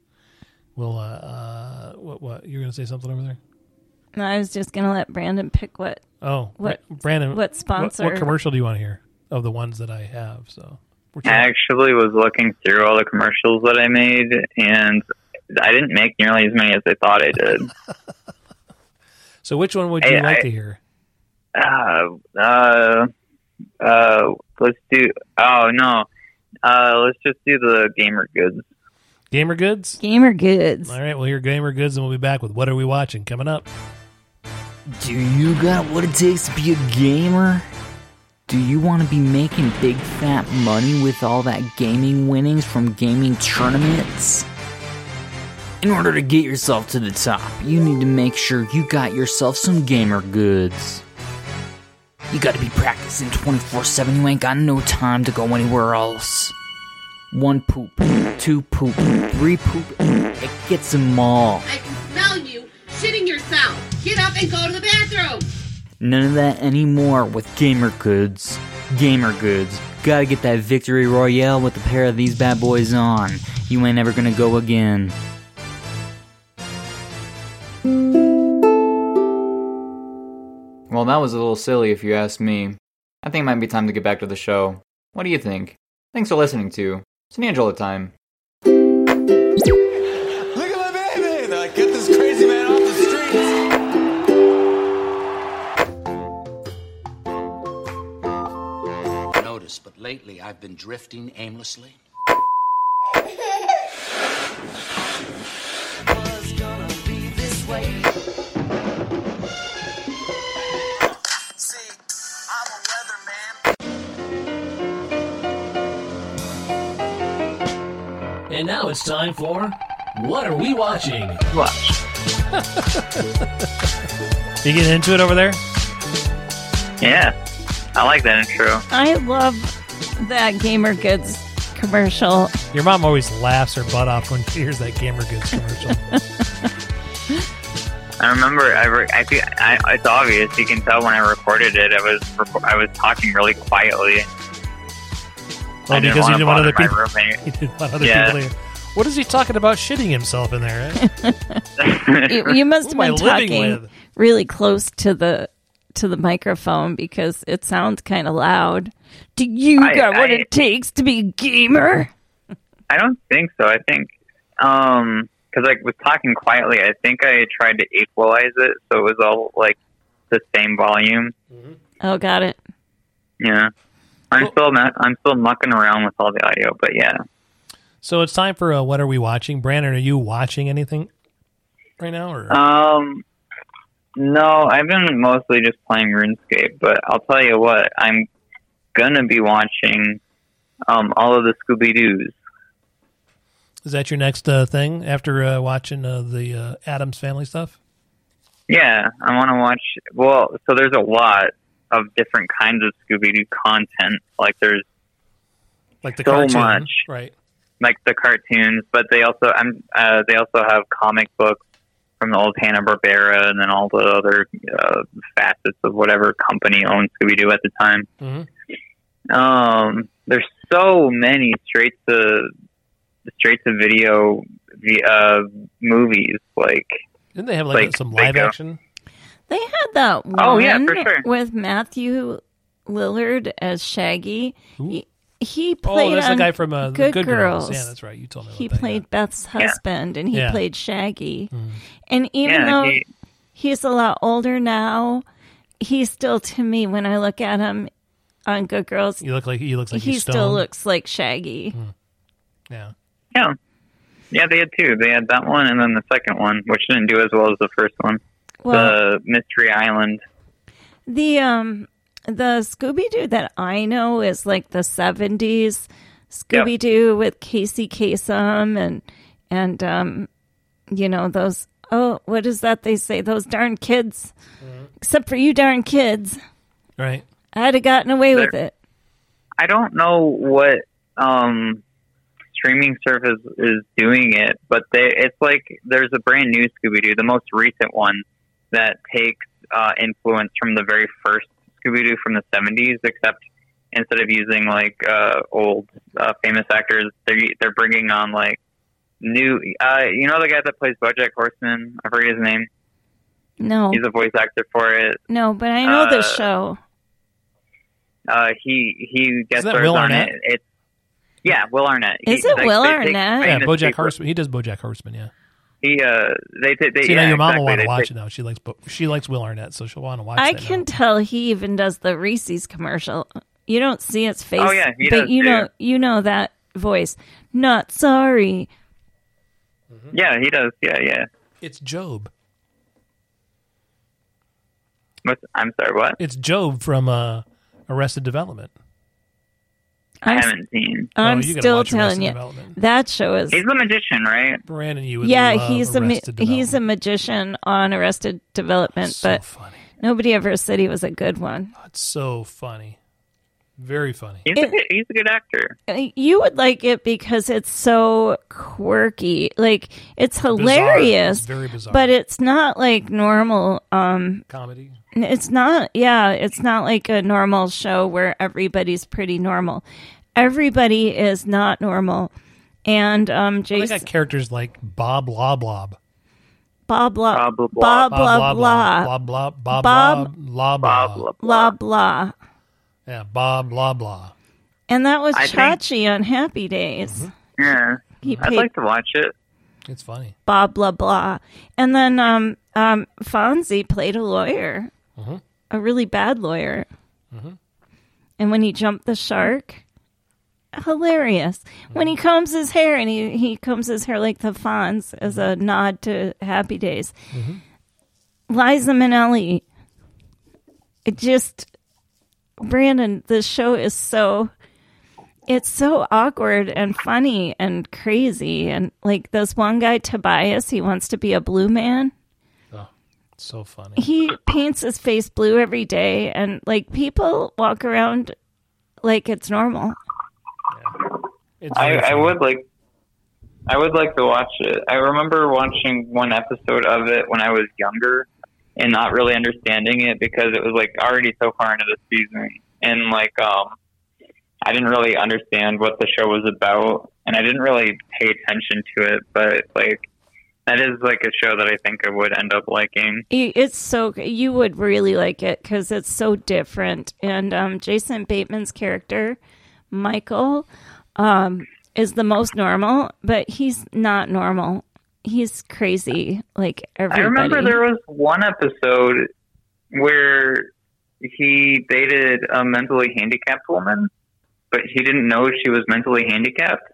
C: We'll uh, uh what what you're going to say something over there?
B: And I was just going to let Brandon pick what
C: Oh,
B: What-
C: Bra- Brandon?
B: what
C: What,
B: sponsor-
C: commercial do you want to hear of the ones that I have? So we're
F: I actually was looking through all the commercials that I made, and I didn't make nearly as many as I thought I did.
C: so which one would you
F: I-
C: like
F: I-
C: to hear?
F: uh, uh, uh, let's do. Oh no, uh, let's just do the gamer goods.
C: Gamer Goods.
B: gamer goods.
C: All right, we'll hear Gamer Goods, and we'll be back with what are we watching coming up.
A: Do you got what it takes to be a gamer? Do you want to be making big fat money with all that gaming winnings from gaming tournaments? In order to get yourself to the top, you need to make sure you got yourself some gamer goods. You gotta be practicing 24 7, you ain't got no time to go anywhere else. One poop, two poop, three poop, it gets them all.
G: I can smell you shitting yourself. Get up and go to the bathroom.
A: None of that anymore with Gamer Goods. Gamer Goods. Gotta get that Victory Royale with a pair of these bad boys on. You ain't ever gonna go again. Well, that was a little silly if you ask me. I think it might be time to get back to the show. What do you think? Thanks for listening to. It's an Angela time.
H: Look at my baby! They're like, get this crazy man off the streets!
I: notice, but lately I've been drifting aimlessly.
D: And now it's time for What Are We Watching?
F: Watch.
C: You get into it over there?
F: Yeah, I like that intro.
B: I love that gamer goods commercial.
C: Your mom always laughs her butt off when she hears that Gamer Goods commercial.
F: I remember. I, re- I, think- I it's obvious. You can tell when I recorded it. I was reco- I was talking really quietly.
C: Well,
F: I didn't
C: Oh, because you
F: wanna
C: didn't want other
F: bother
C: people.
F: my roommate.
C: He didn't want other
F: Yeah.
C: people. To hear. What is he talking about? Shitting himself in there? eh?
B: You, you must have
C: Who am
B: been
C: I living
B: talking
C: with?
B: really close to the to the microphone because it sounds kind of loud. Do you
F: I-
B: got what
F: I-
B: it takes to be a gamer?
F: I don't think so. I think um, because I was talking quietly. I think I tried to equalize it so it was all like the same volume.
B: Oh, got it.
F: Yeah, I'm
C: Well-
F: still not, I'm still mucking around with all the audio, but yeah.
C: So it's time for uh, what are we watching? Brandon, are you watching anything right now? Or
F: Um, no, I've been mostly just playing RuneScape, but I'll tell you what, I'm gonna be watching um all of the Scooby Doo's.
C: is that your next uh, thing after uh, watching uh, the uh, Adams Family stuff?
F: Yeah, I want to watch. Well, so there's a lot of different kinds of Scooby Doo content. Like there's
C: Like the
F: So
C: cartoon,
F: much.
C: right?
F: like the cartoons, but they also I'm uh, they also have comic books from the old Hanna Barbera and then all the other uh, facets of whatever company owned Scooby Doo at the time.
C: Mhm.
F: Um, there's so many straight to straight to video vi- uh, movies. Like
C: Didn't they have like,
F: Like,
C: some
F: they
C: live
F: go-
C: action?
B: They had that one
F: Oh, yeah, for sure.
B: with Matthew Lillard as Shaggy. He, he
C: Oh,
B: played
C: that's the
B: on
C: guy from uh,
B: Good, Girls.
C: Yeah, that's right. You told me.
B: He
C: about that,
B: played Beth's husband and he
C: Yeah. Mm.
B: played Shaggy. And even
F: yeah,
B: though
F: he-
B: he's a lot older now, he's still to me when I look at him on Good Girls,
C: Yeah. You look like he Mm. looks like
B: he
C: he's stoned.
B: still looks like Shaggy.
C: yeah.
F: yeah. Yeah, they had two. They had that one and then the second one, which didn't do as well as the first one.
B: Well,
F: the Mystery Island.
B: the um the Scooby Doo that I know is like the seventies Scooby Doo with Casey Kasem and and um you know those oh what is that they say those darn kids
F: Mm-hmm.
B: except for you darn kids
C: Right.
B: I'd have gotten away with it
F: I don't know what um, streaming service is doing it, but they, it's like there's a brand new Scooby Doo, the most recent one that takes uh, influence from the very first Scooby Doo from the 70s, except instead of using like uh, old uh, famous actors, they're they're bringing on like new. Uh, you know the guy that plays BoJack Horseman? I forget his name.
B: no
F: He's a voice actor for it.
B: no but I know the
F: uh,
B: show
F: Uh, he he guest
C: that
F: stars
C: Will
F: on
C: Arnett?
F: it. It's yeah, Will Arnett. He-
B: Is it
F: like,
B: Will
F: they take
B: Arnett?
C: Yeah,
F: famous
C: BoJack
F: people-
C: Horseman. He does BoJack Horseman. Yeah.
F: He uh, they they, they
C: See,
F: yeah,
C: now your mom will
F: exactly.
C: want to
F: They
C: watch
F: take-
C: it now. She likes Bo- she likes Will Arnett, so she'll want to watch.
B: I
C: that now.
B: can tell he even does the Reese's commercial. You don't see his face,
F: Oh, yeah, he
B: but
F: does,
B: you
F: too.
B: know you know that voice. Not sorry.
F: Yeah, he does. Yeah, yeah.
C: It's Job.
F: What's, I'm sorry. What?
C: It's Job from uh, Arrested Development.
F: I
B: I'm,
F: haven't seen.
B: I'm
C: Oh, you gotta
B: still
C: watch Arrested
B: telling you
C: Development.
B: that show is.
F: He's the magician, right?
C: Brandon, you would
B: yeah,
C: love
B: he's a ma-
C: Arrested
B: he's a
C: Development.
B: magician on Arrested Development,
C: so
B: but
C: funny.
B: nobody ever said he was a good one.
C: It's so funny, very funny.
F: He's a
B: It-
F: good, he's a good actor.
B: Uh, You would like it because it's so quirky. Like it's hilarious,
C: It's very bizarre.
B: but it's not like normal um
C: Comedy.
B: It's not, yeah, it's not like a normal show where everybody's pretty normal. Everybody is not normal. And um,
F: Oh
C: They
B: Jason,
C: got characters like Bob Loblob.
B: Bob, blah,
F: Bob, blah,
B: blah, blah,
F: blah.
B: blah,
C: Bob Lob. Bob Lob. Bob
B: Bob-
C: Lob.
F: Blah, blah,
C: Lob.
B: blah, blah.
C: Yeah, Bob Loblob.
B: And that was
F: I think-
B: Chachi on Happy Days.
F: Yeah,
B: He
F: I'd
B: played
F: like to watch it.
C: It's funny.
B: blah, blah, blah. And then um, um, Fonzie played a lawyer,
F: Mm-hmm.
B: a really bad lawyer. And when he jumped the shark, hilarious. When he
F: Mm-hmm.
B: combs his hair and he, he combs his hair like the Fonz as a
F: Mm-hmm.
B: nod to Happy Days. Liza Minnelli. It just, Brandon, this show is so, it's so awkward and funny and crazy. And like this one guy, Tobias, he wants to be a blue man
C: It's so funny.
B: he paints his face blue every day and like people walk around like it's normal
C: It's
F: I,
C: very
F: I
C: funny.
F: would like. I would like to watch it. I remember watching one episode of it when I was younger and not really understanding it because it was like already so far into the season and like um I didn't really understand what the show was about and I didn't really pay attention to it but like that is like a show that I think I would end up liking.
B: I- It's so you would really like it because it's so different. And um, Jason Bateman's character, Michael, um, is the most normal, but he's not normal. He's crazy, like everybody.
F: I remember there was one episode where he dated a mentally handicapped woman, but he didn't know she was mentally handicapped.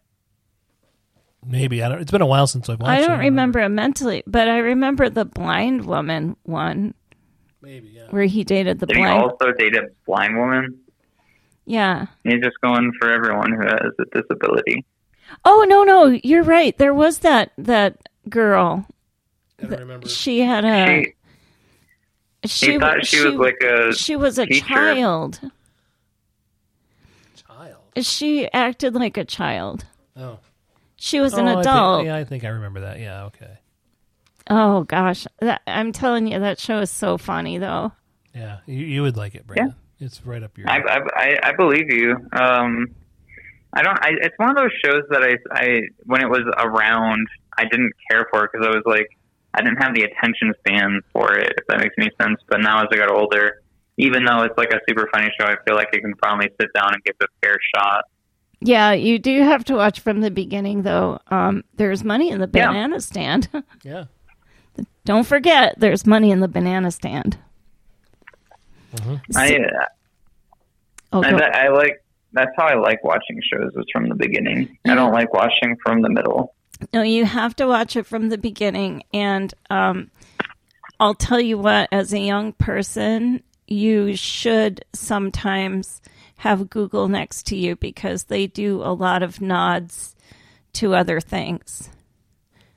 C: Maybe I don't. It's been a while since I've watched.
B: I
C: it.
B: don't remember it mentally, but I remember the blind woman one
C: Maybe yeah.
B: where he dated the
F: Did he
B: blind.
F: also date a blind woman?
B: Yeah.
F: He's just going for everyone who has a disability.
B: Oh no, no, you're right. There was that that girl.
C: I don't remember.
B: She had a.
F: She, he thought she, was like a
B: she was a
F: teacher.
B: child.
C: Child.
B: She acted like a child.
C: Oh.
B: She was an
C: Oh, I think-
B: adult.
C: yeah, I think I remember that. Yeah. Okay.
B: Oh gosh, that, I'm telling you, that show is so funny though.
C: Yeah. You, you would like it, Brandon. It's right up your.
F: I, I, I- I believe you. Um, I don't. I, it's one of those shows that I, I when it was around, I didn't care for because I was like, I didn't have the attention span for it. If that makes any sense. But now as I got older, even though it's like a super funny show, I feel like I can finally sit down and give it a fair shot.
B: Yeah, you do have to watch from the beginning though. Um, there's money in the
F: Yeah.
B: banana stand.
C: yeah.
B: Don't forget, there's money in the banana stand.
F: I,
B: Oh,
F: I,
B: go-
F: I like. That's how I like watching shows is from the beginning. I don't like watching from the middle.
B: No, you have to watch it from the beginning. And um, I'll tell you what, as a young person, you should sometimes have Google next to you because they do a lot of nods to other things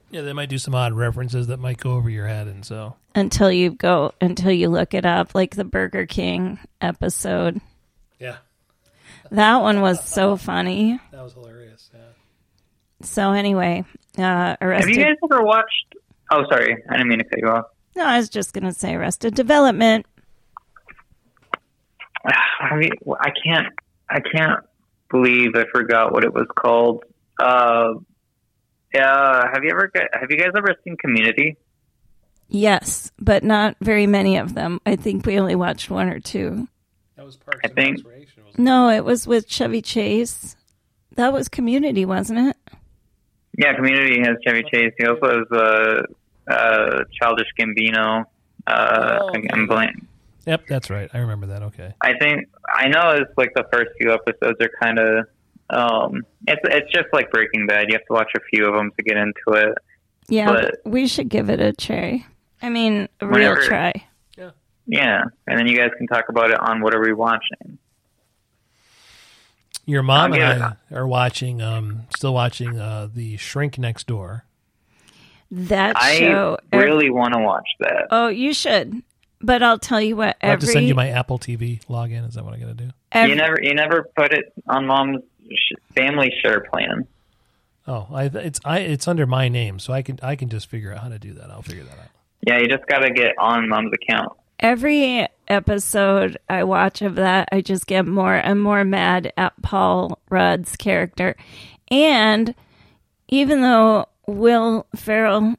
C: Yeah. They might do some odd references that might go over your head, and so
B: until you go, until you look it up, like the Burger King episode.
C: yeah,
B: That one was so funny.
C: that was hilarious. Yeah.
B: So, anyway, uh,
F: Have
B: Arrested
F: you guys ever watched? Oh, sorry, I didn't mean to cut you off.
B: No, I was just going to say Arrested Development.
F: I mean, I can't, I can't believe I forgot what it was called. Uh, yeah, have you ever, got- have you guys ever seen Community?
B: Yes, but not very many of them. I think we only watched one or two.
C: That was Parks
F: I
C: and
F: think-
C: Recreation. Wasn't
B: No, it was with Chevy Chase. That was Community, wasn't it?
F: Yeah, Community has Chevy Chase. He also has uh, uh, Childish Gambino. Uh,
C: Oh,
F: I- I'm blank.
C: it? Yep. That's right. I remember that. Okay.
F: I think I know it's like the first few episodes are kind of. Um, it's it's just like Breaking Bad. You have to watch a few of them to get into it.
B: Yeah,
F: But-
B: we should give it a try. I mean, a real
F: Whenever-
B: try.
F: Yeah, and then you guys can talk about it on whatever you're watching.
C: Your mom
F: I'll
C: and
F: get
C: I are watching. Um, still watching. Uh, the Shrink Next Door.
B: That
F: I
B: show.
F: really want to watch that.
B: oh, you should. But I'll tell you what.
C: I have to
B: Every
C: send you my Apple TV login. Is that what I got to do?
B: every-
F: you never, you never put it on mom's sh- family share plan.
C: Oh, I, it's I, it's under my name, so I can I can just figure out how to do that. I'll figure that out.
F: Yeah, you just gotta get on mom's account.
B: every episode I watch of that, I just get more and more mad at Paul Rudd's character. And even though Will Ferrell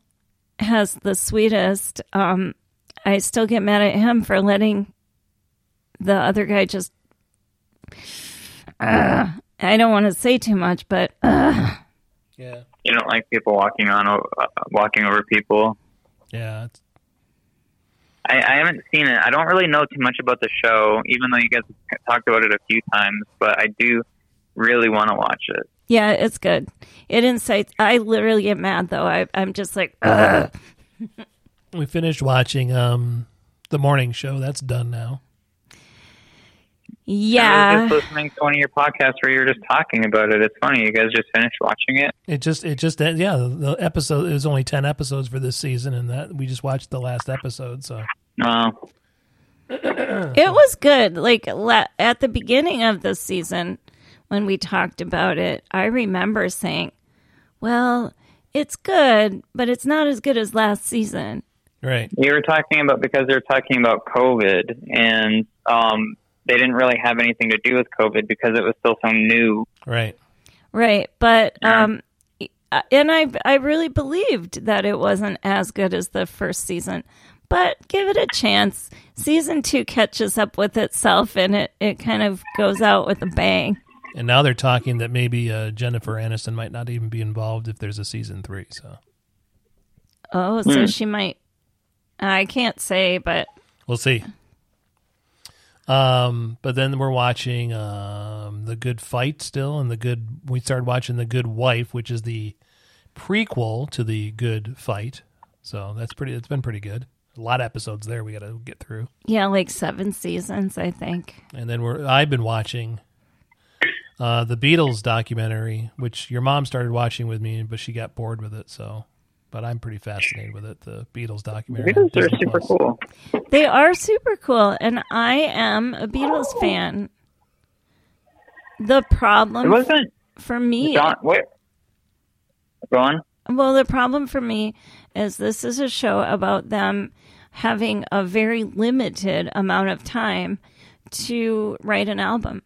B: has the sweetest, um, I still get mad at him for letting the other guy just. Ugh. I don't want to say too much, but uh, ugh.
C: Yeah,
F: You don't like people walking on, o- uh, walking over people.
C: yeah. It's,
F: I, I haven't seen it. I don't really know too much about the show, even though you guys have talked about it a few times. But I do really want to watch it.
B: yeah, it's good. It incites. I literally get mad though. I, I'm just like, uh, ugh.
C: we finished watching um the morning show. That's done now.
B: yeah.
F: I was just listening to one of your podcasts where you were just talking about it. It's funny. You guys just finished watching it.
C: It just it just yeah. The, the episode it was only ten episodes for this season, and that we just watched the last episode. So
F: Wow.
B: It was good. Like la- at the beginning of the season, when we talked about it, I remember saying, well, it's good, but it's not as good as last season.
C: Right.
F: You were talking about because they were talking about COVID, and um, they didn't really have anything to do with COVID because it was still so new.
C: Right.
B: Right, but um and I I really believed that it wasn't as good as the first season. But give it a chance. Season 2 catches up with itself and it it kind of goes out with a bang.
C: And now they're talking that maybe uh, Jennifer Aniston might not even be involved if there's a season three. So
B: Oh, so she might I can't say, but
C: we'll see. Um, but then we're watching um, the Good Fight still, and the Good. We started watching the Good Wife, which is the prequel to the Good Fight. So that's pretty. It's been pretty good. A lot of episodes there we got to get through.
B: yeah, like 7 seasons, I think.
C: And then we're I've been watching uh the Beatles documentary, which your mom started watching with me, but she got bored with it, so but I'm pretty fascinated with it, the Beatles documentary. on
F: Beatles are
C: Disney
F: super
C: Plus.
F: cool.
B: They are super cool, and I am a Beatles fan. The
F: It
B: problem
F: wasn't
B: for me,
F: John. Wait, go on.
B: well, the problem for me is this is a show about them having a very limited amount of time to write an album.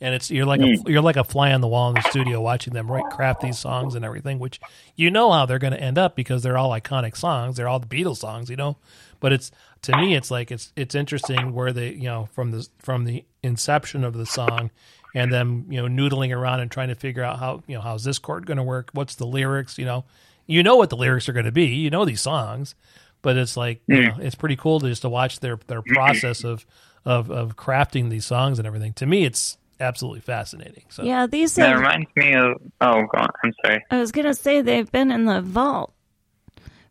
C: And it's you're like a, you're like a fly on the wall in the studio watching them write craft these songs and everything, which you know how they're going to end up because they're all iconic songs, they're all the Beatles songs, you know. But it's to me, it's like it's it's interesting where they you know from the from the inception of the song, and them you know noodling around and trying to figure out how you know how's this chord going to work, what's the lyrics, you know, you know what the lyrics are going to be, you know these songs, but it's like you
F: Hmm.
C: know, it's pretty cool to just to watch their their process of of of crafting these songs and everything. To me, it's absolutely fascinating. So
B: Yeah, these
F: That
B: are
F: reminds me of. Oh, go on. I'm sorry.
B: I was gonna say they've been in the vault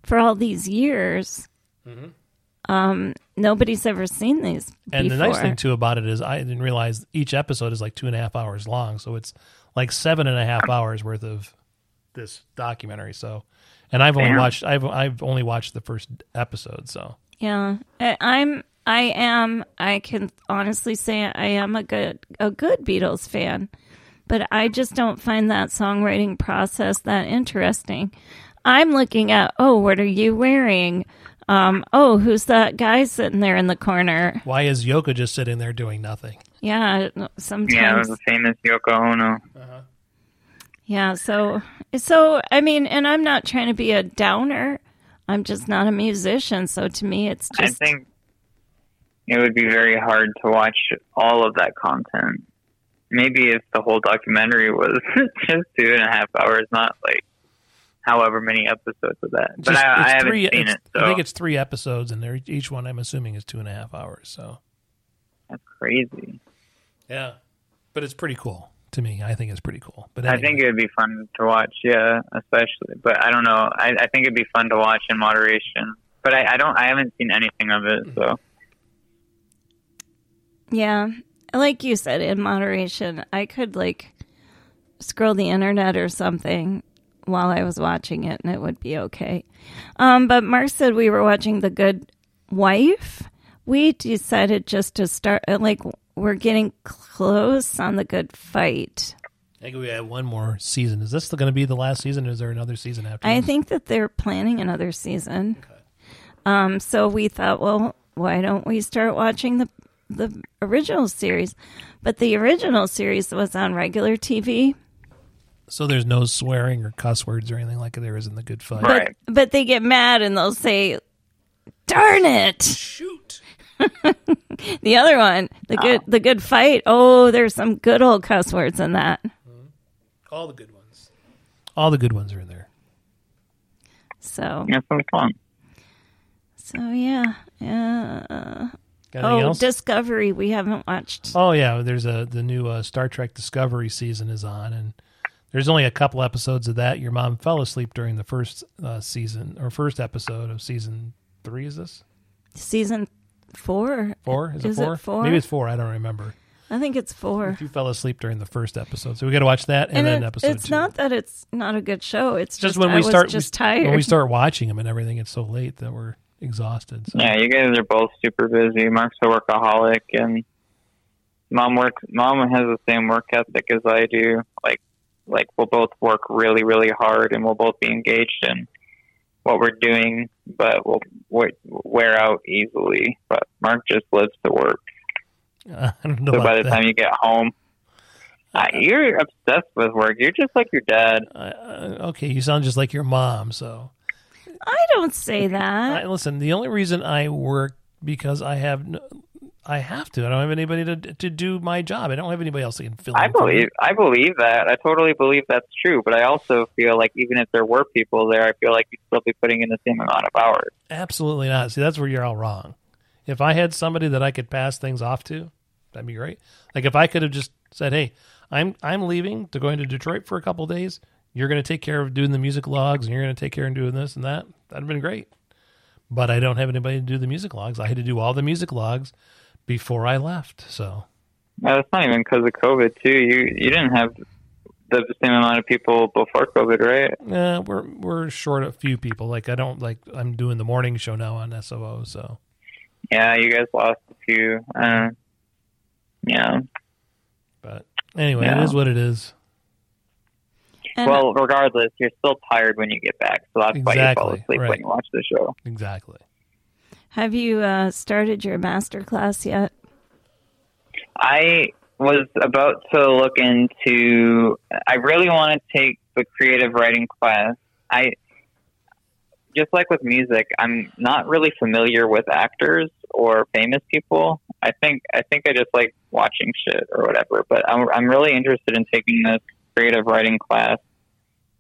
B: for all these years.
C: Mm-hmm.
B: Um, nobody's ever seen these.
C: and the nice
B: before.
C: thing too about it is I didn't realize each episode is like two and a half hours long, so it's like seven and a half hours worth of this documentary. So, and I've only watched I've I've only watched the first episode. So
B: Yeah, I, I'm. I am. I can honestly say I am a good a good Beatles fan, but I just don't find that songwriting process that interesting. I'm looking at oh, what are you wearing? Um, oh, who's that guy sitting there in the corner?
C: why is Yoko just sitting there doing nothing?
B: Yeah,
F: Yeah, it
B: sometimes.
F: was the famous Yoko Ono.
B: yeah, so so I mean, and I'm not trying to be a downer. I'm just not a musician, so to me, it's
F: I
B: just
F: think it would be very hard to watch all of that content. Maybe if the whole documentary was just two and a half hours, not like however many episodes of that. but
C: Just-
F: I, I
C: it's
F: haven't
C: three-
F: seen
C: it's-
F: it, so
C: I think it's three episodes, and they're, each one I'm assuming is two and a half hours. So
F: that's crazy.
C: yeah, but it's pretty cool to me. I think it's pretty cool. But
F: I think it would be fun to watch, yeah, especially. But I don't know. I, I think it'd be fun to watch in moderation. But I, I don't. I haven't seen anything of it, so
B: Yeah. Like you said, in moderation, I could like scroll the internet or something while I was watching it and it would be okay. Um, but Mark said we were watching The Good Wife. We decided just to start, uh, like, we're getting close on The Good Fight.
C: I think we have one more season. Is this going to be the last season? Or is there another season after?
B: I
C: this?
B: think that they're planning another season. Um, so we thought, well, why don't we start watching the the original series? But the original series was on regular TV,
C: so. There's no swearing or cuss words or anything like there is in the Good Fight.
B: but
F: right.
B: but they get mad and they'll say, "Darn it!" Shoot. the other one, the good the good fight. Oh, there's some good old cuss words in that.
C: All the good ones. All the good ones are in there.
B: So
F: That's what it's fun.
B: so yeah yeah.
C: Got anything
B: Oh,
C: else?
B: Discovery. We haven't watched.
C: oh yeah, there's a the new uh, Star Trek Discovery season is on, and there's only a couple episodes of that. Your mom fell asleep during the first uh, season or first episode of season three. Is this
B: season four.
C: four? Is,
B: Is
C: it
B: it
C: four?
B: four?
C: Maybe it's four. I don't remember.
B: I think it's four.
C: You fell asleep during the first episode, so we got to watch that and,
B: And
C: then
B: it-
C: episode
B: it's
C: two.
B: not that it's not a good show. It's just,
C: just when we
B: I
C: start
B: was just
C: we,
B: tired.
C: when we start watching them and everything. It's so late that we're exhausted. So.
F: Yeah, you guys are both super busy. Mark's a workaholic, and mom works. Mom has the same work ethic as I do. Like, like we'll both work really, really hard, and we'll both be engaged in what we're doing, but we'll we- wear out easily. But Mark just lives to work.
C: I don't know
F: So
C: about
F: by the
C: that.
F: time you get home, uh, you're obsessed with work. You're just like your dad.
C: Uh, okay, you sound just like your mom. So
B: I don't say that.
C: I, listen, the only reason I work because I have no, I have to. I don't have anybody to to do my job. I don't have anybody else that can fill.
F: I
C: in for me.
F: believe I believe that. I totally believe that's true. But I also feel like even if there were people there, I feel like you'd still be putting in the same amount of hours.
C: Absolutely not. See, that's where you're all wrong. If I had somebody that I could pass things off to, that'd be great. Like if I could have just said, "Hey, I'm I'm leaving to go into Detroit for a couple days. You're going to take care of doing the music logs, and you're going to take care of doing this and that." That'd have been great. But I don't have anybody to do the music logs. I had to do all the music logs before I left. So
F: Now, that's not even because of COVID, too. You you didn't have the same amount of people before COVID, right?
C: yeah, we're we're short a few people. Like I don't like I'm doing the morning show now on SOO. So
F: Yeah, you guys lost a few. Uh, yeah.
C: but anyway,
F: Yeah.
C: it is what it is.
B: And
F: well, regardless, you're still tired when you get back, so that's why you fall
C: Exactly,
F: asleep
C: right.
F: when you watch the show.
C: Exactly.
B: have you uh, started your master class yet?
F: I was about to look into. I really want to take the creative writing class. I just like with music, I'm not really familiar with actors or famous people. I think I think I just like watching shit or whatever. But I'm I'm really interested in taking this creative writing class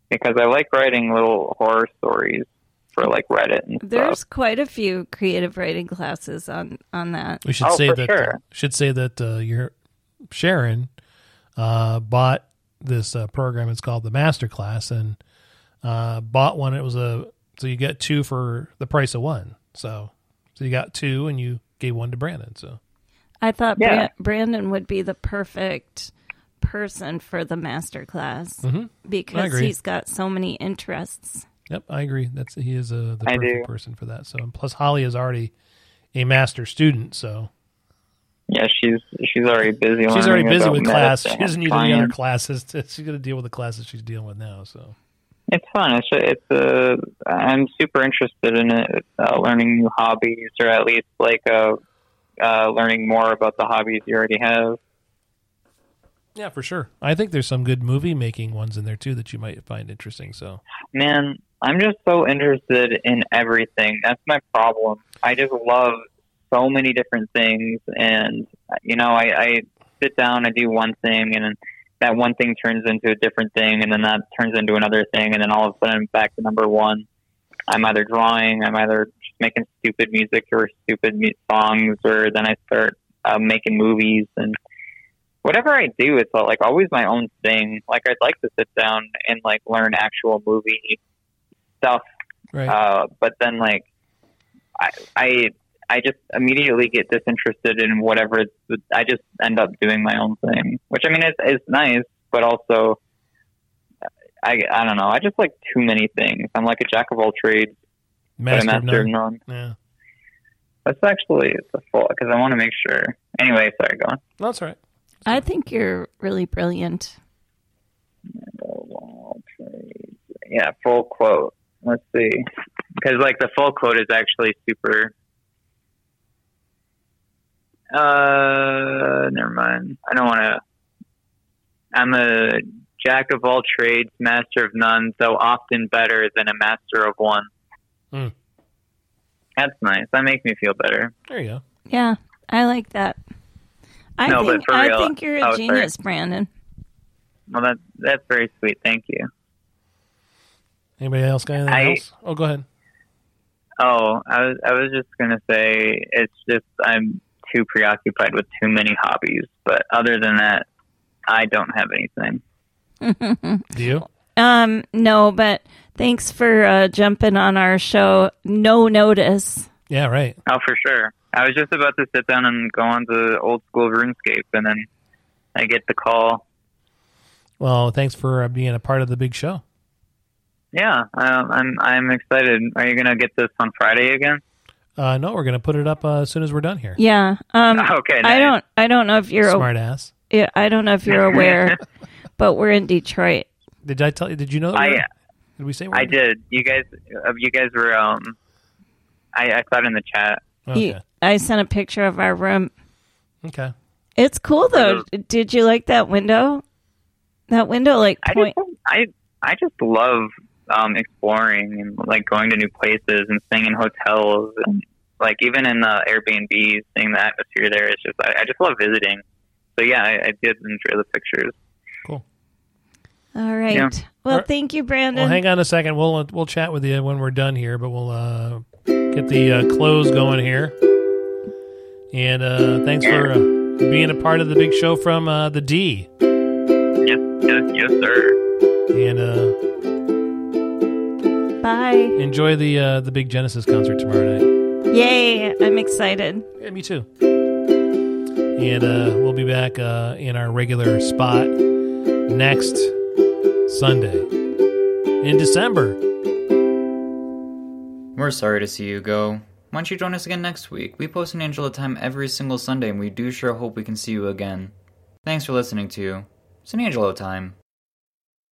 F: because I like writing little horror stories for like Reddit and
B: There's
F: stuff.
B: quite a few creative writing classes on on that.
C: We should
F: Oh,
C: say
F: for
C: that
F: sure.
C: should say that uh, your Sharon uh, bought this uh, program. It's called the Master Class, and uh, bought one. It was a so you get two for the price of one. So so you got two, and you gave one to Brandon. So
B: I thought
F: Yeah.
B: Bran- Brandon would be the perfect person for the master class because
C: Mm-hmm. agree.
B: he's got so many interests.
C: yep, I agree. That's he is uh, the
F: I
C: perfect
F: do.
C: person for that. So and plus Holly is already a master student, so
F: Yeah, she's she's already busy.
C: she's already
F: learning
C: busy
F: about
C: with class. She
F: medicine
C: doesn't
F: and
C: need any other
F: science.
C: classes. To, she's going to deal with the classes she's dealing with now. So
F: It's fun. It's a, it's a I'm super interested in it, uh, learning new hobbies, or at least like uh, uh, learning more about the hobbies you already have.
C: Yeah, for sure. I think there's some good movie making ones in there too that you might find interesting. So
F: Man, I'm just so interested in everything. That's my problem. I just love so many different things, and you know, I, I sit down, I do one thing, and then that one thing turns into a different thing, and then that turns into another thing, and then all of a sudden, I'm back to number one. I'm either drawing, I'm either just making stupid music or stupid mu- songs, or then I start uh, making movies and whatever I do, it's like always my own thing. Like I'd like to sit down and like learn actual movie stuff,
C: right,
F: uh, but then like I I I just immediately get disinterested in whatever. It's, I just end up doing my own thing, which I mean is is nice, but also. I, I don't know. I just like too many things. I'm like a jack of all trades, but a
C: master of
F: master of
C: none.
F: none.
C: Yeah,
F: That's actually it's a full because I want to make sure. Anyway, sorry, go on.
C: that's all right.
B: I think you're really brilliant.
F: Yeah, full quote. Let's see, because like the full quote is actually super. Uh, never mind. I don't want to. I'm a jack of all trades, master of none, though often better than a master of one.
C: Hmm.
F: That's nice. That makes me feel better.
C: There you go.
B: Yeah, I like that. I
F: No, but
B: think
F: for
B: I
F: real-
B: think you're
F: oh,
B: a
F: sorry.
B: genius, Brandon.
F: Well, that that's very sweet. Thank you.
C: Anybody else got anything
F: I-
C: else? Oh, go ahead.
F: Oh, I was I was just gonna say it's just I'm too preoccupied with too many hobbies. But other than that, I don't have anything.
C: Do you?
B: Um, no, but thanks for uh, jumping on our show. No notice.
C: Yeah, right.
F: Oh, for sure. I was just about to sit down and go on to old school RuneScape, and then I get the call.
C: Well, thanks for uh, being a part of the big show.
F: Yeah, um, I'm I'm excited. Are you gonna get this on Friday again?
C: Uh, no, we're going to put it up uh, as soon as we're done here.
B: Yeah. Um,
F: Okay,
B: I
F: nice.
B: don't. I don't know if you're. a-
C: Smart ass.
B: yeah, I don't know if you're aware, but we're in Detroit.
C: Did I tell you? Did you know? That
F: I-
C: we were- did we say?
F: I did. You guys, uh, you guys were. Um, I, I thought in the chat.
C: Okay.
B: You- I sent a picture of our room.
C: Okay.
B: It's cool though. Did you like that window? That window, like
F: I
B: point.
F: just, I, I just love um, exploring and like going to new places and staying in hotels and like even in the Airbnbs, seeing the atmosphere there. It's just I, I just love visiting. So yeah, I, I did enjoy the pictures.
B: All right.
F: Yeah.
B: Well,
C: Alright.
B: thank you, Brandon.
C: Well, hang on a second. We'll uh, we'll chat with you when we're done here, but we'll uh, get the uh, close going here. And uh, thanks for uh, being a part of the big show from uh, the D.
F: Yes, yes, yes, sir.
C: And uh,
B: Bye.
C: enjoy the uh, the big Genesis concert tomorrow night.
B: Yay! I'm excited.
C: Yeah, me too. And uh, we'll be back uh, in our regular spot next Sunday in December.
E: We're sorry to see you go. Why don't you join us again next week? We post an Angela Time every single Sunday, and we do sure hope we can see you again. Thanks for listening to It's an Angelo Time.